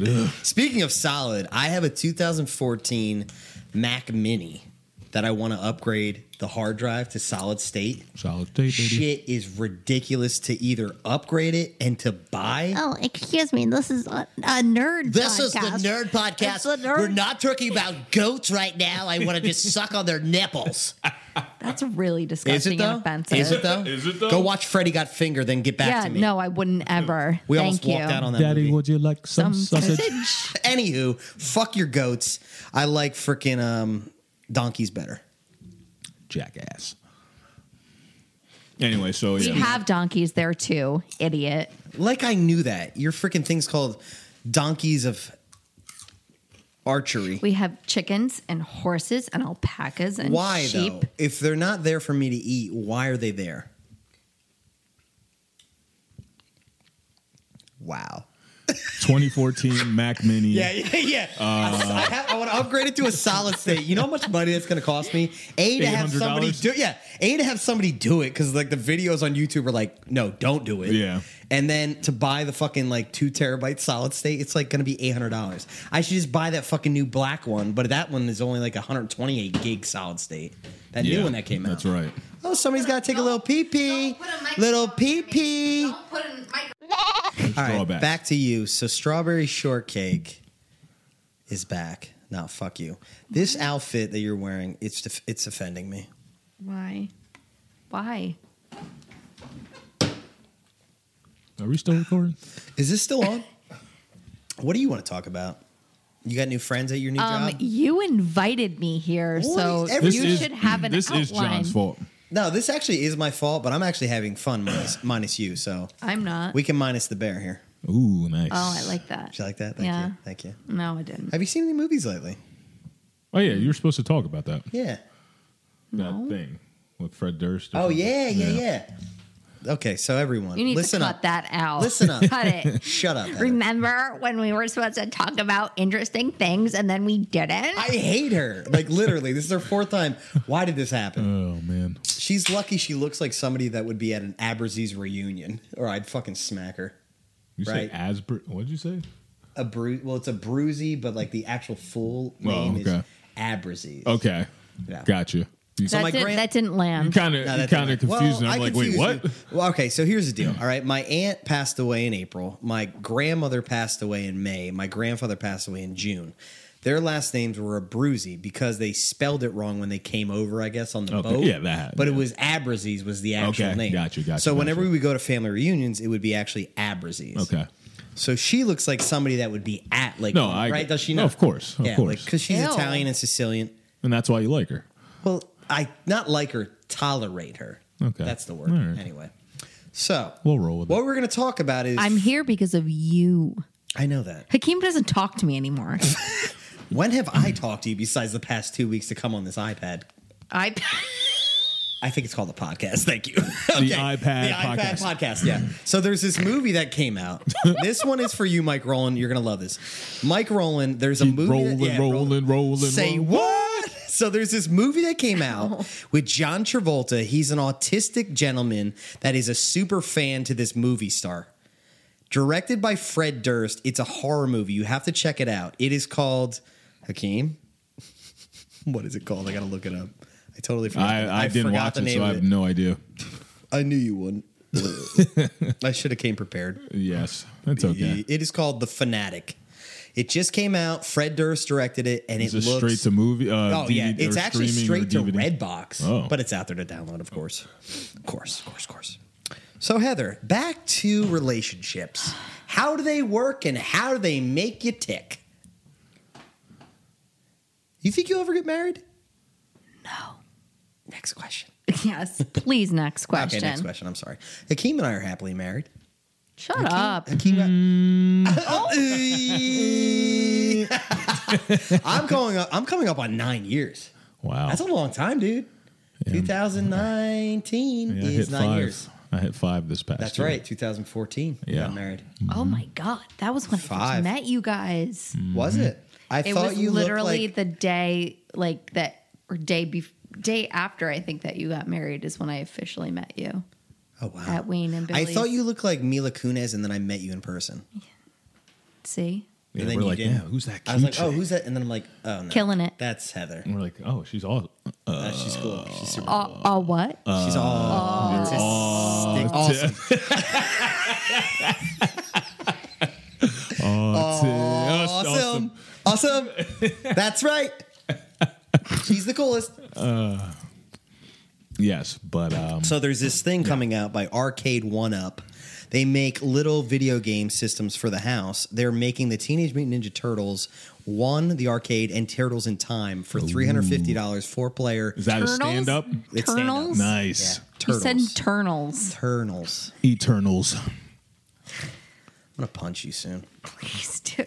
S4: Ugh.
S3: Speaking of solid, I have a 2014 Mac Mini that I want to upgrade the hard drive to solid state.
S4: Solid state, baby.
S3: Shit is ridiculous to either upgrade it and to buy.
S6: Oh, excuse me. This is uh, a, a nerd.
S3: This is the
S6: podcast.
S3: Nerd
S6: It's
S3: Podcast.
S6: the nerd.
S3: We're not talking about goats right now. I want to just suck on their nipples.
S5: That's really
S3: Is
S5: disgusting
S3: it though?
S5: and offensive.
S3: Is it though?
S4: Is it though?
S3: Go watch Freddy Got Finger, then get back
S5: yeah,
S3: to me. Mm-hmm.
S5: no, I wouldn't ever.
S3: we
S5: Thank
S3: almost
S5: you.
S3: walked out on that
S4: Daddy,
S3: movie.
S4: would you like some,
S5: Some
S4: sausage?
S5: sausage.
S3: Anywho, fuck your goats. I like freaking um, donkeys better.
S4: Jackass. Anyway, so
S5: We
S4: yeah,
S5: have donkeys there too, idiot.
S3: Like I knew that. Your freaking thing's called Donkeys of Archery.
S5: We have chickens and horses and alpacas and
S3: Why
S5: sheep.
S3: though? If they're not there for me to eat, why are they there? Wow.
S4: 2014 Mac Mini.
S3: Yeah, yeah, yeah.
S4: Uh,
S3: I, have, I want to upgrade it to a solid state. You know how much money that's going to cost me? A to have somebody
S4: $800?
S3: do yeah. A to have somebody do it because like the videos on YouTube are like, no, don't do it.
S4: Yeah.
S3: And then to buy the fucking like two terabyte solid state, it's like going to be eight hundred dollars. I should just buy that fucking new black one, but that one is only like one hundred twenty eight gig solid state. That
S4: Yeah,
S3: new one that came out.
S4: That's right.
S3: Oh, somebody's got to take a little pee pee,
S1: Don't put a microphone
S3: little
S1: on me.
S3: pee pee.
S1: Don't put a microphone.
S3: All right,
S4: Drawbacks.
S3: back to you. So strawberry shortcake is back. No, fuck you. This outfit that you're wearing, it's def- it's offending me.
S5: Why? Why?
S4: Are we still recording?
S3: Is this still on? what do you want to talk about? You got new friends at your new
S5: Um,
S3: job?
S5: you invited me here,
S3: Boy,
S5: so
S3: every-
S5: you should have an
S4: This
S5: outline.
S4: is John's fault.
S3: No, this actually is my fault, but I'm actually having fun minus, minus you. So
S5: I'm not.
S3: we can minus the bear here.
S4: Ooh, nice.
S5: oh, I like that.
S3: Did you like that? Thank
S5: Yeah.
S3: you. Thank you.
S5: No, I didn't.
S3: Have you seen any movies lately?
S4: Oh yeah, you were supposed to talk about that.
S3: Yeah.
S4: That thing with Fred Durst. or
S3: Oh
S4: something.
S3: yeah, yeah, yeah. Okay, so everyone,
S5: You need
S3: listen
S5: to cut
S3: up.
S5: that out.
S3: Listen up.
S5: Cut it.
S3: Shut up. Heather.
S6: Remember when we were supposed to talk about interesting things and then we didn't?
S3: I hate her. Like literally, this is her fourth time. Why did this happen?
S4: Oh man.
S3: She's lucky she looks like somebody that would be at an Aberzies reunion, or I'd fucking smack her.
S4: You
S3: Right.
S4: say Asper? What did you say?
S3: A bru- well, it's a bruisey, but like the actual full
S4: Oh,
S3: name is
S4: okay.
S3: Aberzies.
S4: Okay.
S3: Yeah.
S4: Gotcha. You
S3: So
S5: That,
S3: my
S5: didn't-
S3: grand-
S5: that didn't land.
S4: kind of
S3: No,
S4: you
S3: that's
S4: kind of
S3: not-
S4: confused. and
S3: Well,
S4: I'm
S3: I
S4: like, wait,
S3: confused
S4: what?
S3: you. Well, okay, so here's the deal. All right, my aunt passed away in April. My grandmother passed away in May. My grandfather passed away in June. Their last names were Abruzzi because they spelled it wrong when they came over, I guess, on the
S4: Okay,
S3: boat.
S4: yeah, that,
S3: But it
S4: yeah.
S3: was Abrazis was the actual
S4: Okay,
S3: name.
S4: gotcha, gotcha,
S3: So whenever
S4: gotcha.
S3: we would go to family reunions, it would be actually Abrazis.
S4: Okay.
S3: So she looks like somebody that would be at like
S4: No, I
S3: right? Does she
S4: no,
S3: know?
S4: of course, of
S3: yeah,
S4: course.
S3: because she's
S5: Ew.
S3: Italian and Sicilian.
S4: and that's why you like her.
S3: Well, I not like her, tolerate her.
S4: Okay.
S3: That's the word.
S4: All right.
S3: Anyway. So
S4: We'll roll with
S3: what
S4: it.
S3: we're gonna talk about is
S5: I'm here because of you.
S3: I know that.
S5: Hakeem doesn't talk to me anymore.
S3: When have I talked to you besides the past two weeks to come on this iPad?
S5: I
S3: I think it's called a podcast. Thank you. okay.
S4: iPad
S3: the iPad podcast. Yeah. So there's this movie that came out. this one is for you, Mike Rowland. You're gonna love this. Mike Rowland. There's a movie.
S4: Rolling,
S3: yeah,
S4: rolling, rolling.
S3: Say
S4: rolling.
S3: what? So there's this movie that came out with John Travolta. He's an autistic gentleman that is a super fan to this movie star. Directed by Fred Durst. It's a horror movie. You have to check it out. It is called Hakeem. what is it called? I gotta look it up. I totally forgot.
S4: I, I, didn't
S3: forgot
S4: watch
S3: the
S4: it,
S3: name
S4: so I
S3: of
S4: have no idea.
S3: I knew you wouldn't. I should have came prepared.
S4: Yes, that's okay.
S3: It is called The Fanatic. It just came out. Fred Durst directed it, and
S4: Is
S3: it
S4: this
S3: looks
S4: straight to movie? Uh,
S3: Oh yeah,
S4: DVD or
S3: it's actually
S4: streaming or
S3: straight to
S4: DVD?
S3: Redbox,
S4: Oh.
S3: but it's out there to download, of course, of course, of course, of course. So Heather, back to relationships. How do they work, and how do they make you tick? You think you'll ever get married?
S5: no.
S3: Next question.
S5: Yes. Please, next question.
S3: Okay, next question. I'm sorry. Hakeem and I are happily married. uh,
S5: Shut up.
S3: Hakeem.
S5: Mm. Oh.
S3: I'm going. Up, I'm coming up on nine years.
S4: Wow.
S3: That's a long time, dude.
S4: Yeah.
S3: 2019
S4: Yeah, I
S3: is
S4: hit
S3: nine
S4: five.
S3: years.
S4: I hit five this past.
S3: That's
S4: year.
S3: right. 2014. we
S4: Yeah.
S3: Got married.
S5: Oh my god, that was when I
S3: Mm. Five.
S5: first met you guys.
S4: Mm-hmm.
S3: Was it? I
S5: It
S3: thought
S5: was
S3: you
S5: literally
S3: looked like
S5: the day like that or day bef- day after I think that you got married is when I officially met you
S3: oh wow.
S5: at Wayne and
S3: I
S5: Billy's.
S3: thought you looked like Mila Kunis, and then I met you in person.
S5: see
S4: Yeah,
S3: And then
S4: we're
S3: you
S4: like,
S3: didn't.
S4: yeah, who's that? Cute
S3: I was like, oh,
S4: chick?"
S3: who's that? And then I'm like, oh no,
S5: Killing it.
S3: That's Heather.
S4: And we're like, oh, she's all. Uh,
S3: Uh, she's cool. She's super.
S5: all, all what?
S3: she's all. it's a stick- awesome.
S4: awesome.
S3: awesome. Awesome. That's right. She's the coolest.
S4: Yes, but um,
S3: So there's this thing coming out by Arcade One Up. They make little video game systems for the house. They're making the Teenage Mutant Ninja Turtles one, the arcade, and Turtles in Time for three hundred fifty dollars, four player.
S4: is that a stand up?
S3: It's stand-up.
S5: Turnals.
S4: Nice.
S5: You
S3: Turtles.
S5: said turnals.
S3: Turtles.
S4: Eternals.
S3: I'm gonna punch you soon.
S5: Please do.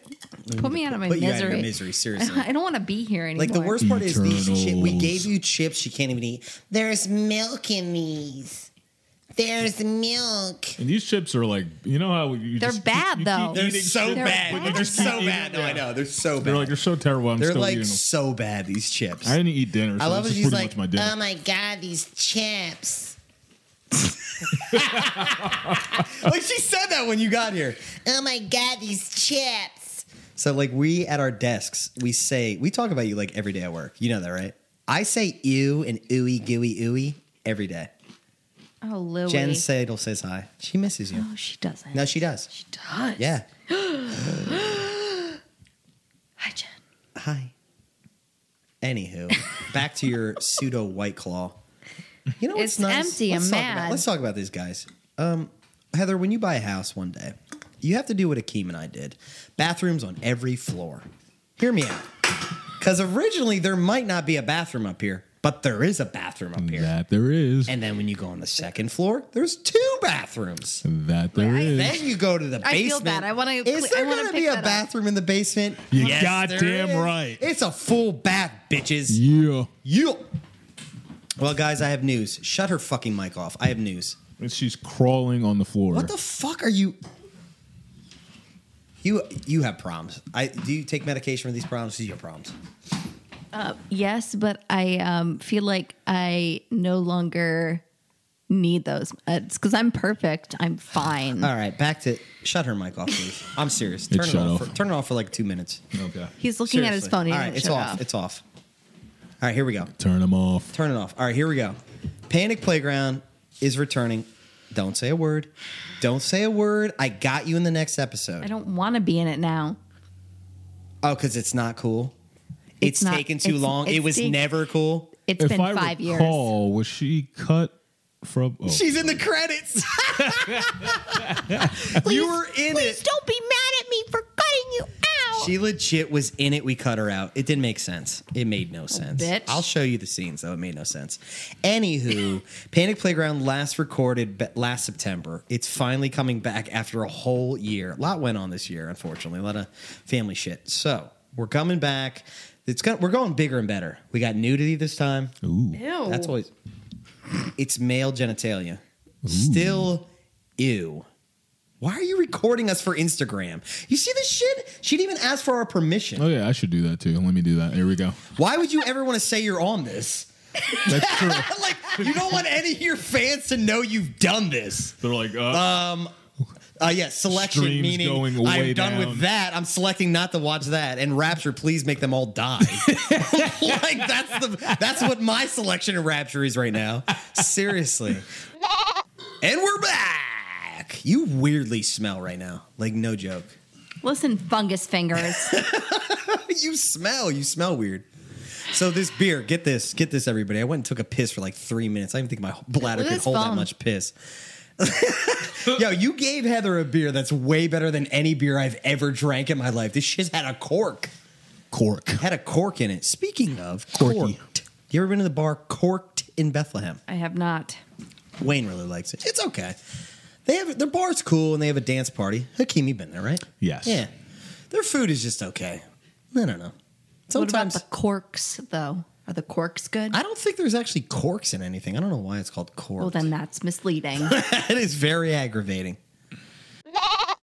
S5: Put me out of my
S3: Put
S5: misery.
S3: you out of your misery, seriously.
S5: I don't want to be here anymore.
S3: Like the worst part is these chi- we
S4: Eternals.
S3: gave you chips you can't even eat. There's milk in these. There's milk.
S4: And these chips are like, you know how you
S5: They're
S4: just,
S5: bad,
S4: you,
S5: though.
S4: Keep,
S5: They're
S3: They're
S4: eating
S3: so
S4: shit,
S5: They're
S3: bad.
S5: bad.
S3: They're, so bad. No, I know. They're so bad.
S4: They're like, they're so terrible. I'm
S3: They're
S4: still
S3: like
S4: eating them.
S3: so bad. These chips.
S4: I didn't eat dinner. So
S3: I love
S4: this
S3: it.
S4: is
S3: She's
S4: pretty
S3: like,
S4: much my dinner.
S3: oh my god, these chips. like she said that when you got here.
S7: Oh my god, these chips.
S3: So like we at our desks, we say we talk about you like every day at work. You know that, right? I say ew and ooey gooey ooey every day.
S5: oh, Louie.
S3: Jen Sadel says hi. She misses you.
S5: oh, she doesn't.
S3: No, she does.
S5: she does.
S3: Yeah.
S5: Hi, Jen.
S3: Hi. Anywho, back to your pseudo white claw. You know what's
S5: It's
S3: nice?
S5: empty.
S3: Let's
S5: I'm
S3: talk about-
S5: mad.
S3: let's talk about these guys. Um, Heather, when you buy a house one day, you have to do what Akeem and I did: bathrooms on every floor. Hear me out, because originally there might not be a bathroom up here, but there is a bathroom up here.
S4: That there is.
S3: And then when you go on the second floor, there's two bathrooms.
S4: that there is.
S3: Then you go to the basement.
S5: I feel bad. I wanna
S3: Is
S5: cle-
S3: there
S5: I wanna
S3: gonna
S5: pick
S3: be a
S5: that up.
S3: bathroom in the basement?
S4: You
S3: Yes, there
S4: goddamn
S3: is.
S4: right.
S3: It's a full bath, bitches.
S4: Yeah.
S3: You. Well, guys, I have news. Shut her fucking mic off. I have news.
S4: And she's crawling on the floor.
S3: What the fuck are you? You you have problems. I do you take medication for these problems? These are your problems.
S5: Yes, but I um, feel like I no longer need those. It's because I'm perfect. I'm fine.
S3: All right, back to shut her mic off, please. I'm serious.
S4: It
S3: Turn it,
S4: shut
S3: off.
S4: off.
S3: For, turn it off for like two minutes.
S4: okay.
S5: He's looking at his
S3: Seriously.
S5: phone. He
S3: All
S5: didn't
S3: right, it's
S5: shut
S3: off. It's off. All right, here we go.
S4: Turn them off.
S3: Turn it off. All right, here we go. Panic Playground is returning. Don't say a word. Don't say a word. I got you in the next episode.
S5: I don't want to be in it now.
S3: Oh, because it's not cool. It's,
S5: It's not-
S3: taken too
S5: it's-
S3: long.
S5: it's
S3: it was
S5: the-
S3: never cool.
S5: It's
S4: if
S5: been
S4: I
S5: five years.
S4: recall, was she cut from? Oh.
S3: She's in the credits. you were in it.
S6: Don't be mad at me for cutting you out.
S3: She legit was in it. We cut her out. It didn't make sense. It made
S6: Oh,
S3: no sense.
S5: bitch.
S3: I'll show you the scenes though. It made no sense. Anywho, Panic Playground last recorded ba- last September. It's finally coming back after a whole year. A lot went on this year, unfortunately. A lot of family shit. So we're coming back. It's going we're going bigger and better. We got nudity this time.
S4: Ooh.
S5: Ew.
S3: That's always. It's male genitalia. Still, ew. Why are you recording us for Instagram? You see this shit? She'd even ask for our permission.
S4: Oh yeah, I should do that too. Let me do that. Here we go.
S3: Why would you ever want to say you're on this?
S4: That's true.
S3: like, you don't want any of your fans to know you've done this.
S4: They're like, uh,
S3: Uh, yeah, selection
S4: Streams
S3: meaning
S4: going
S3: I'm
S4: way
S3: done
S4: down.
S3: with that. I'm selecting not to watch that. And Rapture, please make them all die. like that's the that's what my selection of Rapture is right now. Seriously. and we're back. You weirdly smell right now. Like no joke.
S5: Listen, fungus fingers.
S3: You smell. You smell weird. So this beer, get this, get this, everybody. I went and took a piss for like three minutes. I didn't think my bladder
S5: Look at
S3: could
S5: his
S3: hold that
S5: phone.
S3: much piss. Yo, you gave Heather a beer that's way better than any beer I've ever drank in my life. This shit's had a cork.
S4: cork.
S3: Had a cork in it. Speaking of
S4: Corky.
S3: corked. You ever been to the bar corked in Bethlehem?
S5: I have not.
S3: Wayne really likes it. It's okay. They have their bar's cool and they have a dance party. Hakeem, you've been there, right?
S4: Yes.
S3: Yeah. Their food is just okay. I don't know.
S5: What about
S3: Sometimes
S5: the corks, though? Are Are the corks good?
S3: I don't think there's actually corks in anything. I don't know why it's called corks.
S5: well, then that's misleading.
S3: that is very aggravating.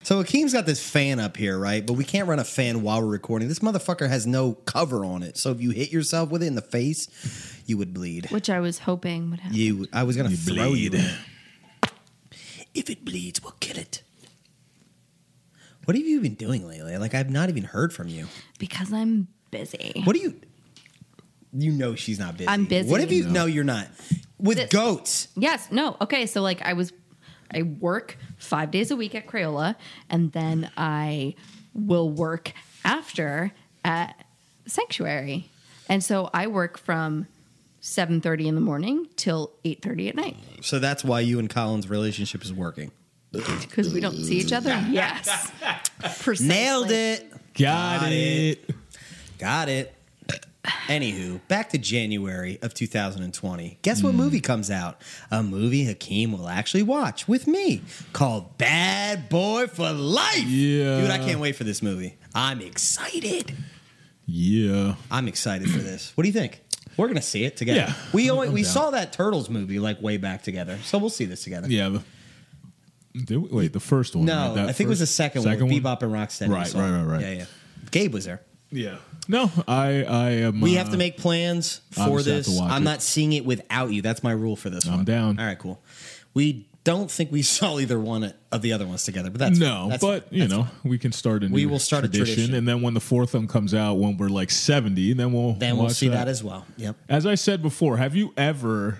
S3: So Akeem's got this fan up here, right? But we can't run a fan while we're recording. This motherfucker has no cover on it. So if you hit yourself with it in the face, you would bleed.
S5: which I was hoping would happen.
S3: You, I was gonna throw
S4: bleed.
S3: you. in. If it bleeds, we'll kill it. What have you been doing lately? Like I've not even heard from you.
S5: Because I'm busy.
S3: What do you? You know she's not busy.
S5: I'm busy.
S3: What have you? No, you're not. With
S5: This-
S3: goats.
S5: Yes. No. Okay. So like I was, I work five days a week at Crayola, and then I will work after at Sanctuary, and so I work from seven thirty in the morning till eight thirty at night
S3: So that's why you and Colin's relationship is working.
S5: because we don't see each other. Yes. Precisely.
S3: Nailed it.
S4: Got,
S3: Got
S4: it.
S3: Got it. Anywho, back to January of 2020. Guess
S4: Hmm.
S3: what movie comes out? A movie Hakeem will actually watch with me called Bad Boy for Life.
S4: Yeah.
S3: Dude, I can't wait for this movie. I'm excited.
S4: Yeah.
S3: I'm excited for this. What do you think? We're gonna see it together.
S4: Yeah.
S3: We only, we
S4: No doubt.
S3: saw that Turtles movie like way back together, so we'll see this together.
S4: Yeah. The, did we- wait, the first one.
S3: No,
S4: right? That
S3: I think it was the
S4: first-
S3: second, one, with Bebop and Rocksteady.
S4: Right,
S3: So-
S4: right, right, right.
S3: Yeah, yeah. Gabe was there.
S4: Yeah. No, I, I am.
S3: We
S4: uh,
S3: have to make plans for
S4: obviously have
S3: this.
S4: to watch
S3: I'm
S4: it.
S3: not seeing it without you. That's my rule for this
S4: I'm
S3: one.
S4: down.
S3: All right, cool. We don't think we saw either one of the other ones together, but that's
S4: No,
S3: that's-
S4: but you
S3: that's-
S4: know we can start a new
S3: We will start a tradition.
S4: and then when the fourth one comes out, when we're like seventy, then we'll
S3: then we'll
S4: watch
S3: see that. as well. Yep.
S4: As I said before, have you ever?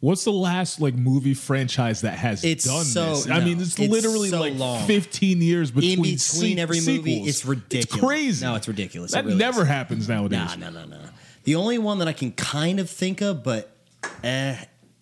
S4: What's the last like movie franchise that has
S3: It's
S4: done
S3: so-
S4: this? I
S3: no,
S4: mean, it's,
S3: it's
S4: literally
S3: so
S4: like
S3: long.
S4: fifteen years between,
S3: In between
S4: se-
S3: every movie,
S4: sequels.
S3: it's ridiculous.
S4: crazy.
S3: No, it's ridiculous. It
S4: That
S3: really
S4: never
S3: is.
S4: happens nowadays.
S3: Nah, no, no, no. The only one that I can kind of think of, but eh,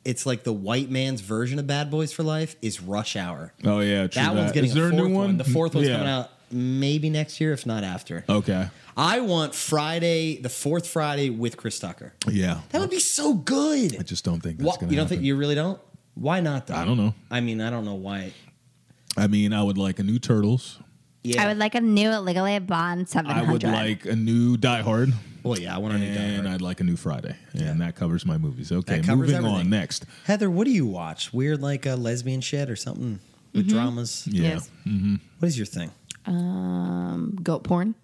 S3: it's like the white man's version of Bad Boys for Life is Rush Hour.
S4: Oh yeah, true
S3: That one's getting
S4: Is there
S3: a
S4: a,
S3: fourth
S4: new one?
S3: The fourth one's
S4: Yeah. Oh.
S3: coming out maybe next year, if not after.
S4: Okay.
S3: I want Friday, the fourth Friday with Chris Tucker.
S4: Yeah.
S3: That would be so good.
S4: I just don't think that's
S3: Wha-
S4: gonna
S3: you don't
S4: happen.
S3: think you really don't? Why not though?
S4: I don't know.
S3: I mean, I don't know why.
S4: I mean, I would like a new Turtles.
S3: Yeah.
S6: I would like a new Legally Bond 700.
S4: I would like a new Die Hard.
S3: well, yeah, I want to new
S4: and
S3: guy.
S4: I'd like a new Friday. And that covers my movies. Okay,
S3: That covers
S4: moving
S3: everything.
S4: on next.
S3: Heather, what do you watch? Weird like a lesbian shit or something with
S6: Mm-hmm.
S3: dramas?
S4: Yeah.
S5: Yes.
S3: What is your thing?
S5: Um, goat porn.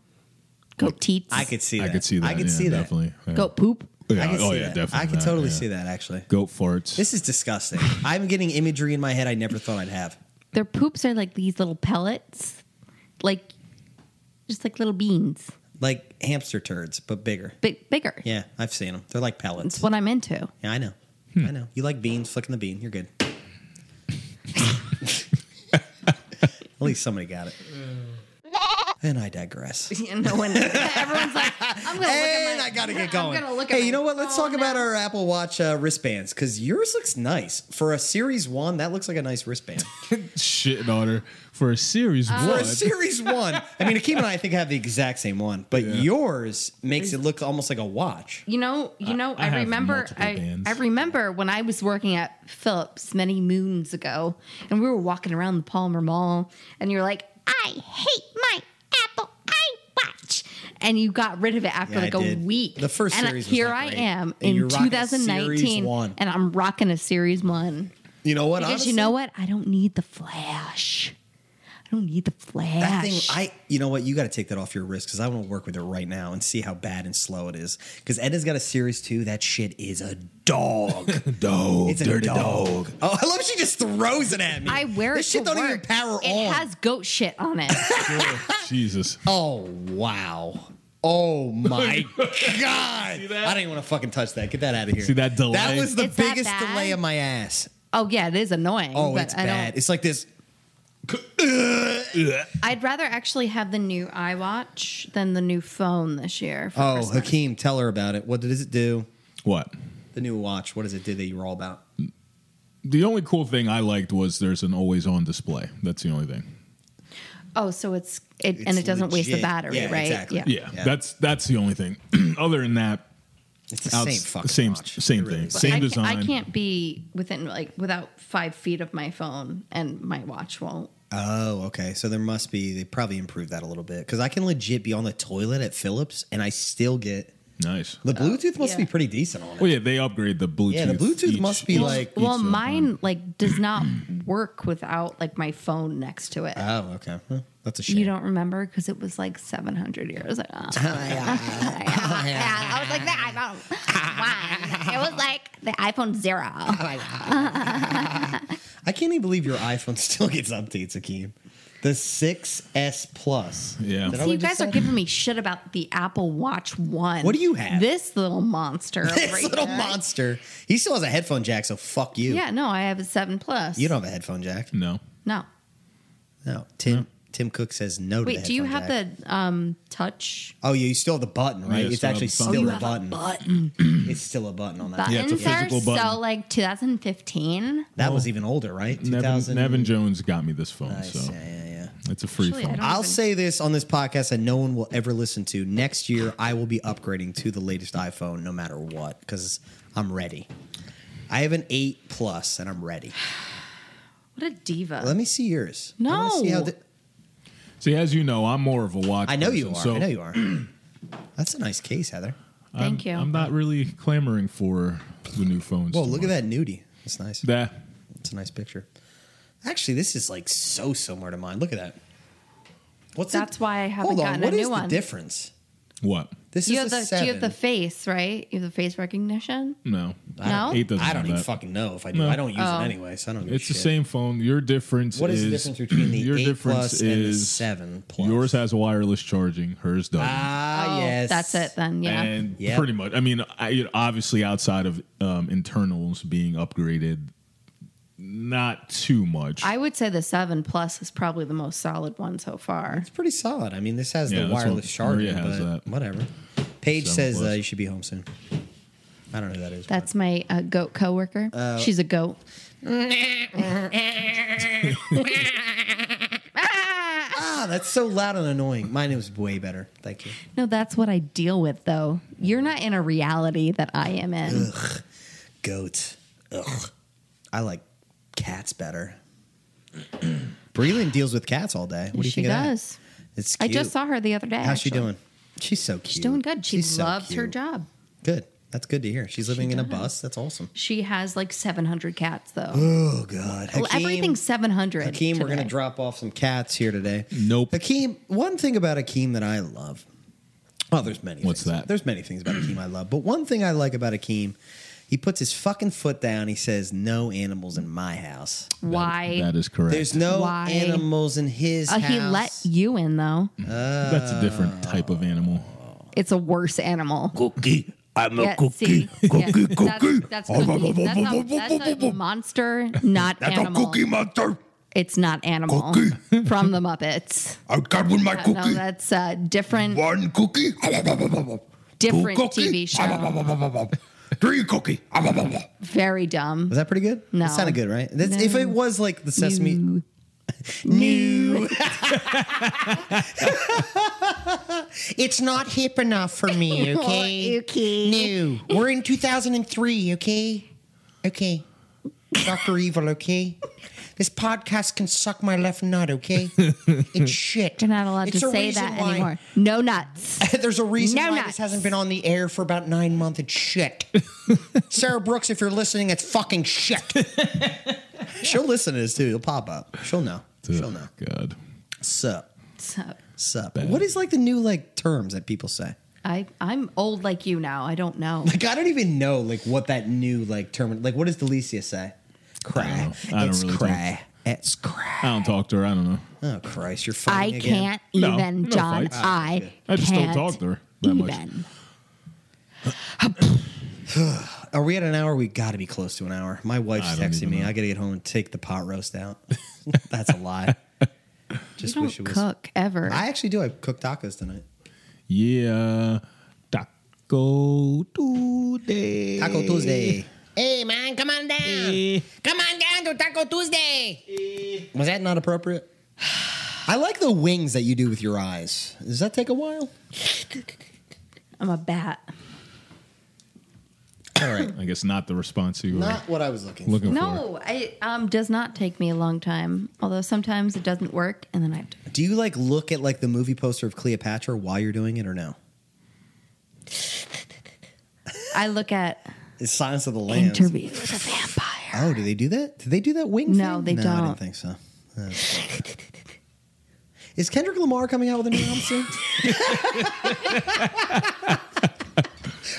S5: Goat teats.
S3: I could see that.
S4: I could see that.
S3: I could
S4: yeah,
S3: see that.
S4: Definitely. Yeah.
S5: Goat poop.
S4: Yeah,
S3: I could
S4: oh,
S3: see
S4: yeah,
S3: that.
S4: definitely.
S3: I could
S4: that,
S3: totally
S4: yeah.
S3: see that actually.
S4: Goat farts.
S3: This is disgusting. I'm getting imagery in my head I never thought I'd have.
S5: Their poops are like these little pellets, like just like little beans,
S3: Like hamster turds, but bigger.
S5: big bigger.
S3: Yeah, I've seen them. They're like pellets.
S5: It's what I'm into.
S3: Yeah, I know. I know. You like beans, flicking the bean. You're good. At least somebody got it. And I digress.
S5: no one. Everyone's like, I'm
S3: And
S5: gonna look at
S3: I gotta get going.
S5: gonna look at
S3: hey,
S5: my Oh,
S3: you know what? Let's
S5: phone
S3: talk about
S5: now.
S3: our Apple Watch uh, wristbands because yours looks nice for a Series One. That looks like a nice wristband
S4: Shitting on her for a
S5: Oh.
S4: series
S3: for
S4: one.
S3: a Series One. I mean, Akeem and I, I think have the exact same one, but
S4: Yeah.
S3: yours makes it look almost like a watch.
S5: You know, you know.
S4: I
S5: I,
S4: have
S5: remember.
S4: multiple
S5: I,
S4: bands.
S5: I remember when I was working at Phillips many moons ago, and we were walking around the Palmer Mall, and you're like,
S6: I hate my Apple iWatch.
S5: and you got rid of it after
S3: Yeah, I
S5: like a
S3: did.
S5: week.
S3: The first
S5: and I-
S3: series was
S5: here
S3: not
S5: I
S3: great.
S5: am
S3: And you're
S5: in
S3: rocking a Series
S5: 2019,
S3: One.
S5: and I'm rocking a series one
S3: You know what?
S5: because
S3: Honestly,
S5: you know what? I don't need the flash. I don't need the flash.
S3: That thing, I, you know what? You got to take that off your wrist because I want to work with it right now and see how bad and slow it is. Because Edna's got a series two. That shit is a dog.
S4: dog.
S3: It's a
S4: dirty
S3: dog.
S4: dog.
S3: oh, I love she just throws it at me.
S5: I wear
S3: this
S5: it.
S3: shit.
S5: to
S3: don't even
S5: work.
S3: power
S5: it
S3: on.
S5: has goat shit on it.
S4: Jesus.
S3: oh wow. Oh my god! I don't even want to fucking touch that. Get that out of here.
S4: See that delay?
S3: That was the
S5: It's that
S3: biggest
S5: bad?
S3: delay of my ass.
S5: oh yeah, it is annoying.
S3: Oh,
S5: but
S3: it's
S5: I don't-
S3: bad. It's like this.
S5: I'd rather actually have the new iWatch than the new phone this year. For
S3: Oh,
S5: Christmas.
S3: Hakeem, tell her about it. What does it do?
S4: What?
S3: The new watch. What does it do that you were all about?
S4: The only cool thing I liked was there's an always on display. That's the only thing.
S5: Oh, so it's it
S3: It's
S5: and it doesn't waste the
S3: legit.
S5: battery,
S3: Yeah,
S5: right?
S3: exactly.
S4: Yeah,
S3: Yeah.
S4: that's that's the only thing. Other than that,
S3: It's the
S4: outs-
S3: same fucking
S4: same
S3: watch.
S4: same thing,
S3: It really is.
S5: But
S4: same
S5: I can't,
S4: design.
S5: I can't be within like without five feet of my phone, and my watch won't.
S3: Oh, okay. So there must be they probably improved that a little bit because I can legit be on the toilet at Phillips and I still get
S4: Nice.
S3: The Bluetooth must
S5: Oh, yeah.
S3: be pretty decent on it.
S4: Well, yeah, they upgrade the Bluetooth.
S3: Yeah, the Bluetooth
S4: each-
S3: must be
S4: each-
S3: like-
S4: each
S5: well,
S4: of them.
S5: mine like does not work without like my phone next to it.
S3: Oh, okay. Well, that's a shame.
S5: you don't remember because it was like 700 years ago.
S6: yeah, I was like the iPhone one. It was like the iPhone zero.
S3: I can't even believe your iPhone still gets updates, Akeem. The 6S Plus.
S4: Yeah.
S3: Did I
S5: See, you
S3: just
S5: guys
S3: say-
S5: are giving me shit about the Apple Watch One.
S3: What do you have?
S5: This little monster. over
S3: this little
S5: here.
S3: monster. He still has a headphone jack, so fuck you.
S5: Yeah, no, I have a seven plus.
S3: You don't have a headphone jack.
S4: No.
S5: No.
S3: No. Tim Tim Cook says no to
S5: Wait,
S3: the
S5: do you
S3: headphone
S5: have
S3: jack.
S5: the um touch?
S3: Oh, yeah, you still have the button, right?
S4: Yeah,
S3: it's
S4: still have
S3: actually
S4: the button. Oh,
S3: still
S4: you
S3: a
S4: have a
S3: button. It's still a button on that.
S6: Buttons
S4: Yeah, it's a physical
S6: are
S4: button.
S6: so like 2015.
S3: That was even older, right?
S4: Nevin,
S3: 2000.
S4: Nevin Jones got me this phone,
S3: Nice.
S4: so
S3: Yeah, yeah, yeah.
S4: it's a free
S5: Actually, I
S4: phone.
S5: don't-
S3: I'll
S5: even-
S3: say this on this podcast that no one will ever listen to. Next year, I will be upgrading to the latest iPhone no matter what because I'm ready. I have an 8 Plus and I'm ready.
S5: What a diva.
S3: Let me see yours. I
S5: No.
S3: wanna see how the-
S4: See, as you know, I'm more of a watch.
S3: I know you are.
S4: person, So
S3: I know you are. That's a nice case, Heather.
S5: Thank you.
S4: I'm not really clamoring for the new phones.
S3: Whoa, look at that nudie. That's nice.
S4: That
S3: That's a nice picture. Actually, this is like so similar to mine. Look at that. What's the-
S5: That's why I haven't
S3: Hold on.
S5: gotten a
S3: what
S5: new
S3: is
S5: one.
S3: the difference?
S4: what?
S3: This
S5: you
S3: is
S5: have
S3: a
S5: the
S3: seven.
S5: you have the face, right? You have the face recognition.
S4: No.
S5: No?
S4: Eight doesn't
S3: I
S4: have
S3: don't even
S4: that.
S3: fucking know if I do.
S4: No.
S3: I don't use
S5: Oh.
S3: it anyway, so I don't. Give
S4: It's
S3: a
S4: the
S3: shit.
S4: same phone. Your difference
S3: What is,
S4: is
S3: the difference between the
S4: your
S3: eight
S4: difference
S3: plus and the
S4: is
S3: seven plus?
S4: Yours has wireless charging. Hers doesn't.
S3: ah
S5: Oh,
S3: yes,
S5: That's it then, yeah.
S4: And
S3: Yep.
S4: pretty much, I mean, I, you know, obviously outside of um, internals being upgraded, not too much.
S5: I would say the seven plus is probably the most solid one so far.
S3: It's pretty solid. I mean, this has
S4: Yeah,
S3: the
S4: that's what
S3: wireless charger,
S4: Maria has
S3: but
S4: that.
S3: whatever. Paige
S4: Seven
S3: says uh,
S4: plus.
S3: you should be home soon. I don't know who that is.
S5: That's my uh, goat coworker.
S3: Uh,
S5: She's a goat.
S3: ah, that's so loud and annoying. Mine was way better. Thank you.
S5: No, that's what I deal with though. You're not in a reality that I am in.
S3: Goat. Ugh. I like cats better. Breland deals with cats all day. What do you
S5: she
S3: think of
S5: does.
S3: that? It's
S5: I
S3: cute.
S5: just saw her the other day.
S3: How's she
S5: actually.
S3: doing? She's so cute.
S5: She's doing good. She
S3: She's so
S5: loves her
S3: cute.
S5: job.
S3: Good. That's good to hear. She's living in a
S5: does.
S3: bus. That's awesome.
S5: She has like 700 cats though.
S3: Oh God.
S5: Well,
S3: Hakeem-
S5: everything's 700.
S3: Hakeem, we're
S5: today.
S3: going to drop off some cats here today.
S4: Nope.
S3: Hakeem, one thing about Hakeem that I love. Oh, there's many.
S4: What's
S3: things.
S4: that?
S3: There's many things about Hakeem I love, but one thing I like about Hakeem, he puts his fucking foot down. He says, "No animals in my house.
S5: Why?
S4: that is correct.
S3: There's no
S5: Why?
S3: animals in his
S5: Uh,
S3: house."
S5: he let you in though.
S4: That's a different
S3: uh,
S4: type of animal.
S5: It's a worse animal.
S2: Cookie, I'm
S5: Yeah, see, yeah, That's, that's cookie. That's, a, that's a monster, not animal.
S2: monster.
S5: It's not animal from the Muppets.
S2: I got with my
S5: No, that's a different
S2: One cookie.
S5: different TV show.
S2: Three cookie.
S5: Very dumb.
S3: Was that pretty good?
S5: No.
S3: It sounded good, right? That's, If
S5: No.
S3: it was like the Sesame,
S5: New.
S3: New.
S7: It's not hip enough for me, okay?
S6: Okay.
S7: No. We're in 2003, okay? Okay. Dr. Evil, okay? This podcast can suck my left nut, okay? It's shit.
S5: You're not allowed
S7: It's
S5: to
S7: a
S5: say
S7: reason
S5: that
S7: why-
S5: anymore. No nuts.
S7: There's a reason
S6: No
S7: why
S6: nuts.
S7: this hasn't been on the air for about nine months. It's shit. Sarah Brooks, if you're listening, it's fucking shit.
S3: she'll listen to this too. It'll pop up. She'll know. She'll know.
S4: Ugh, God.
S3: Sup,
S5: So,
S3: sup.
S4: Bad.
S3: What is like the new like terms that people say?
S5: I I'm old like you now. I don't know.
S3: Like I don't even know like what that new like term like what does Delicia say? Cry.
S4: I don't know. I don't
S3: it's
S4: really
S3: cry. It's cry.
S4: I don't talk to her. I don't know.
S3: Oh Christ, you're
S6: I
S3: fighting again.
S6: can't
S4: No,
S6: even,
S4: no
S6: John.
S4: fights.
S6: I,
S4: I just
S6: can't
S4: don't talk to her that much.
S6: even.
S3: Are we at an hour? We got to be close to an hour. My wife's
S4: I don't
S3: texting
S4: even
S3: me.
S4: know.
S3: I got to get home and take the pot roast out. That's a lie.
S5: You
S3: Just
S5: don't
S3: wish it was.
S5: cook ever.
S3: I actually do. I cook tacos tonight.
S4: Yeah. Taco Tuesday.
S3: Taco Tuesday.
S7: hey, man, come on down. Come on down to Taco Tuesday.
S3: Was that not appropriate? I like the wings that you do with your eyes. Does that take a while?
S5: I'm a bat.
S3: All right.
S4: I guess not the response you were
S3: Not what I was looking for.
S4: looking for.
S5: No, it um, does not take me a long time. Although sometimes it doesn't work, and then I have to.
S3: Do you like look at like the movie poster of Cleopatra while you're doing it or no?
S5: I look at
S3: It's Silence of the Lambs.
S5: interview with a vampire.
S3: Oh, do they do that? Did they do that wing?
S5: No,
S3: thing?
S5: they
S3: I
S5: don't.
S3: didn't think so. Yeah. Is Kendrick Lamar coming out with a new album soon?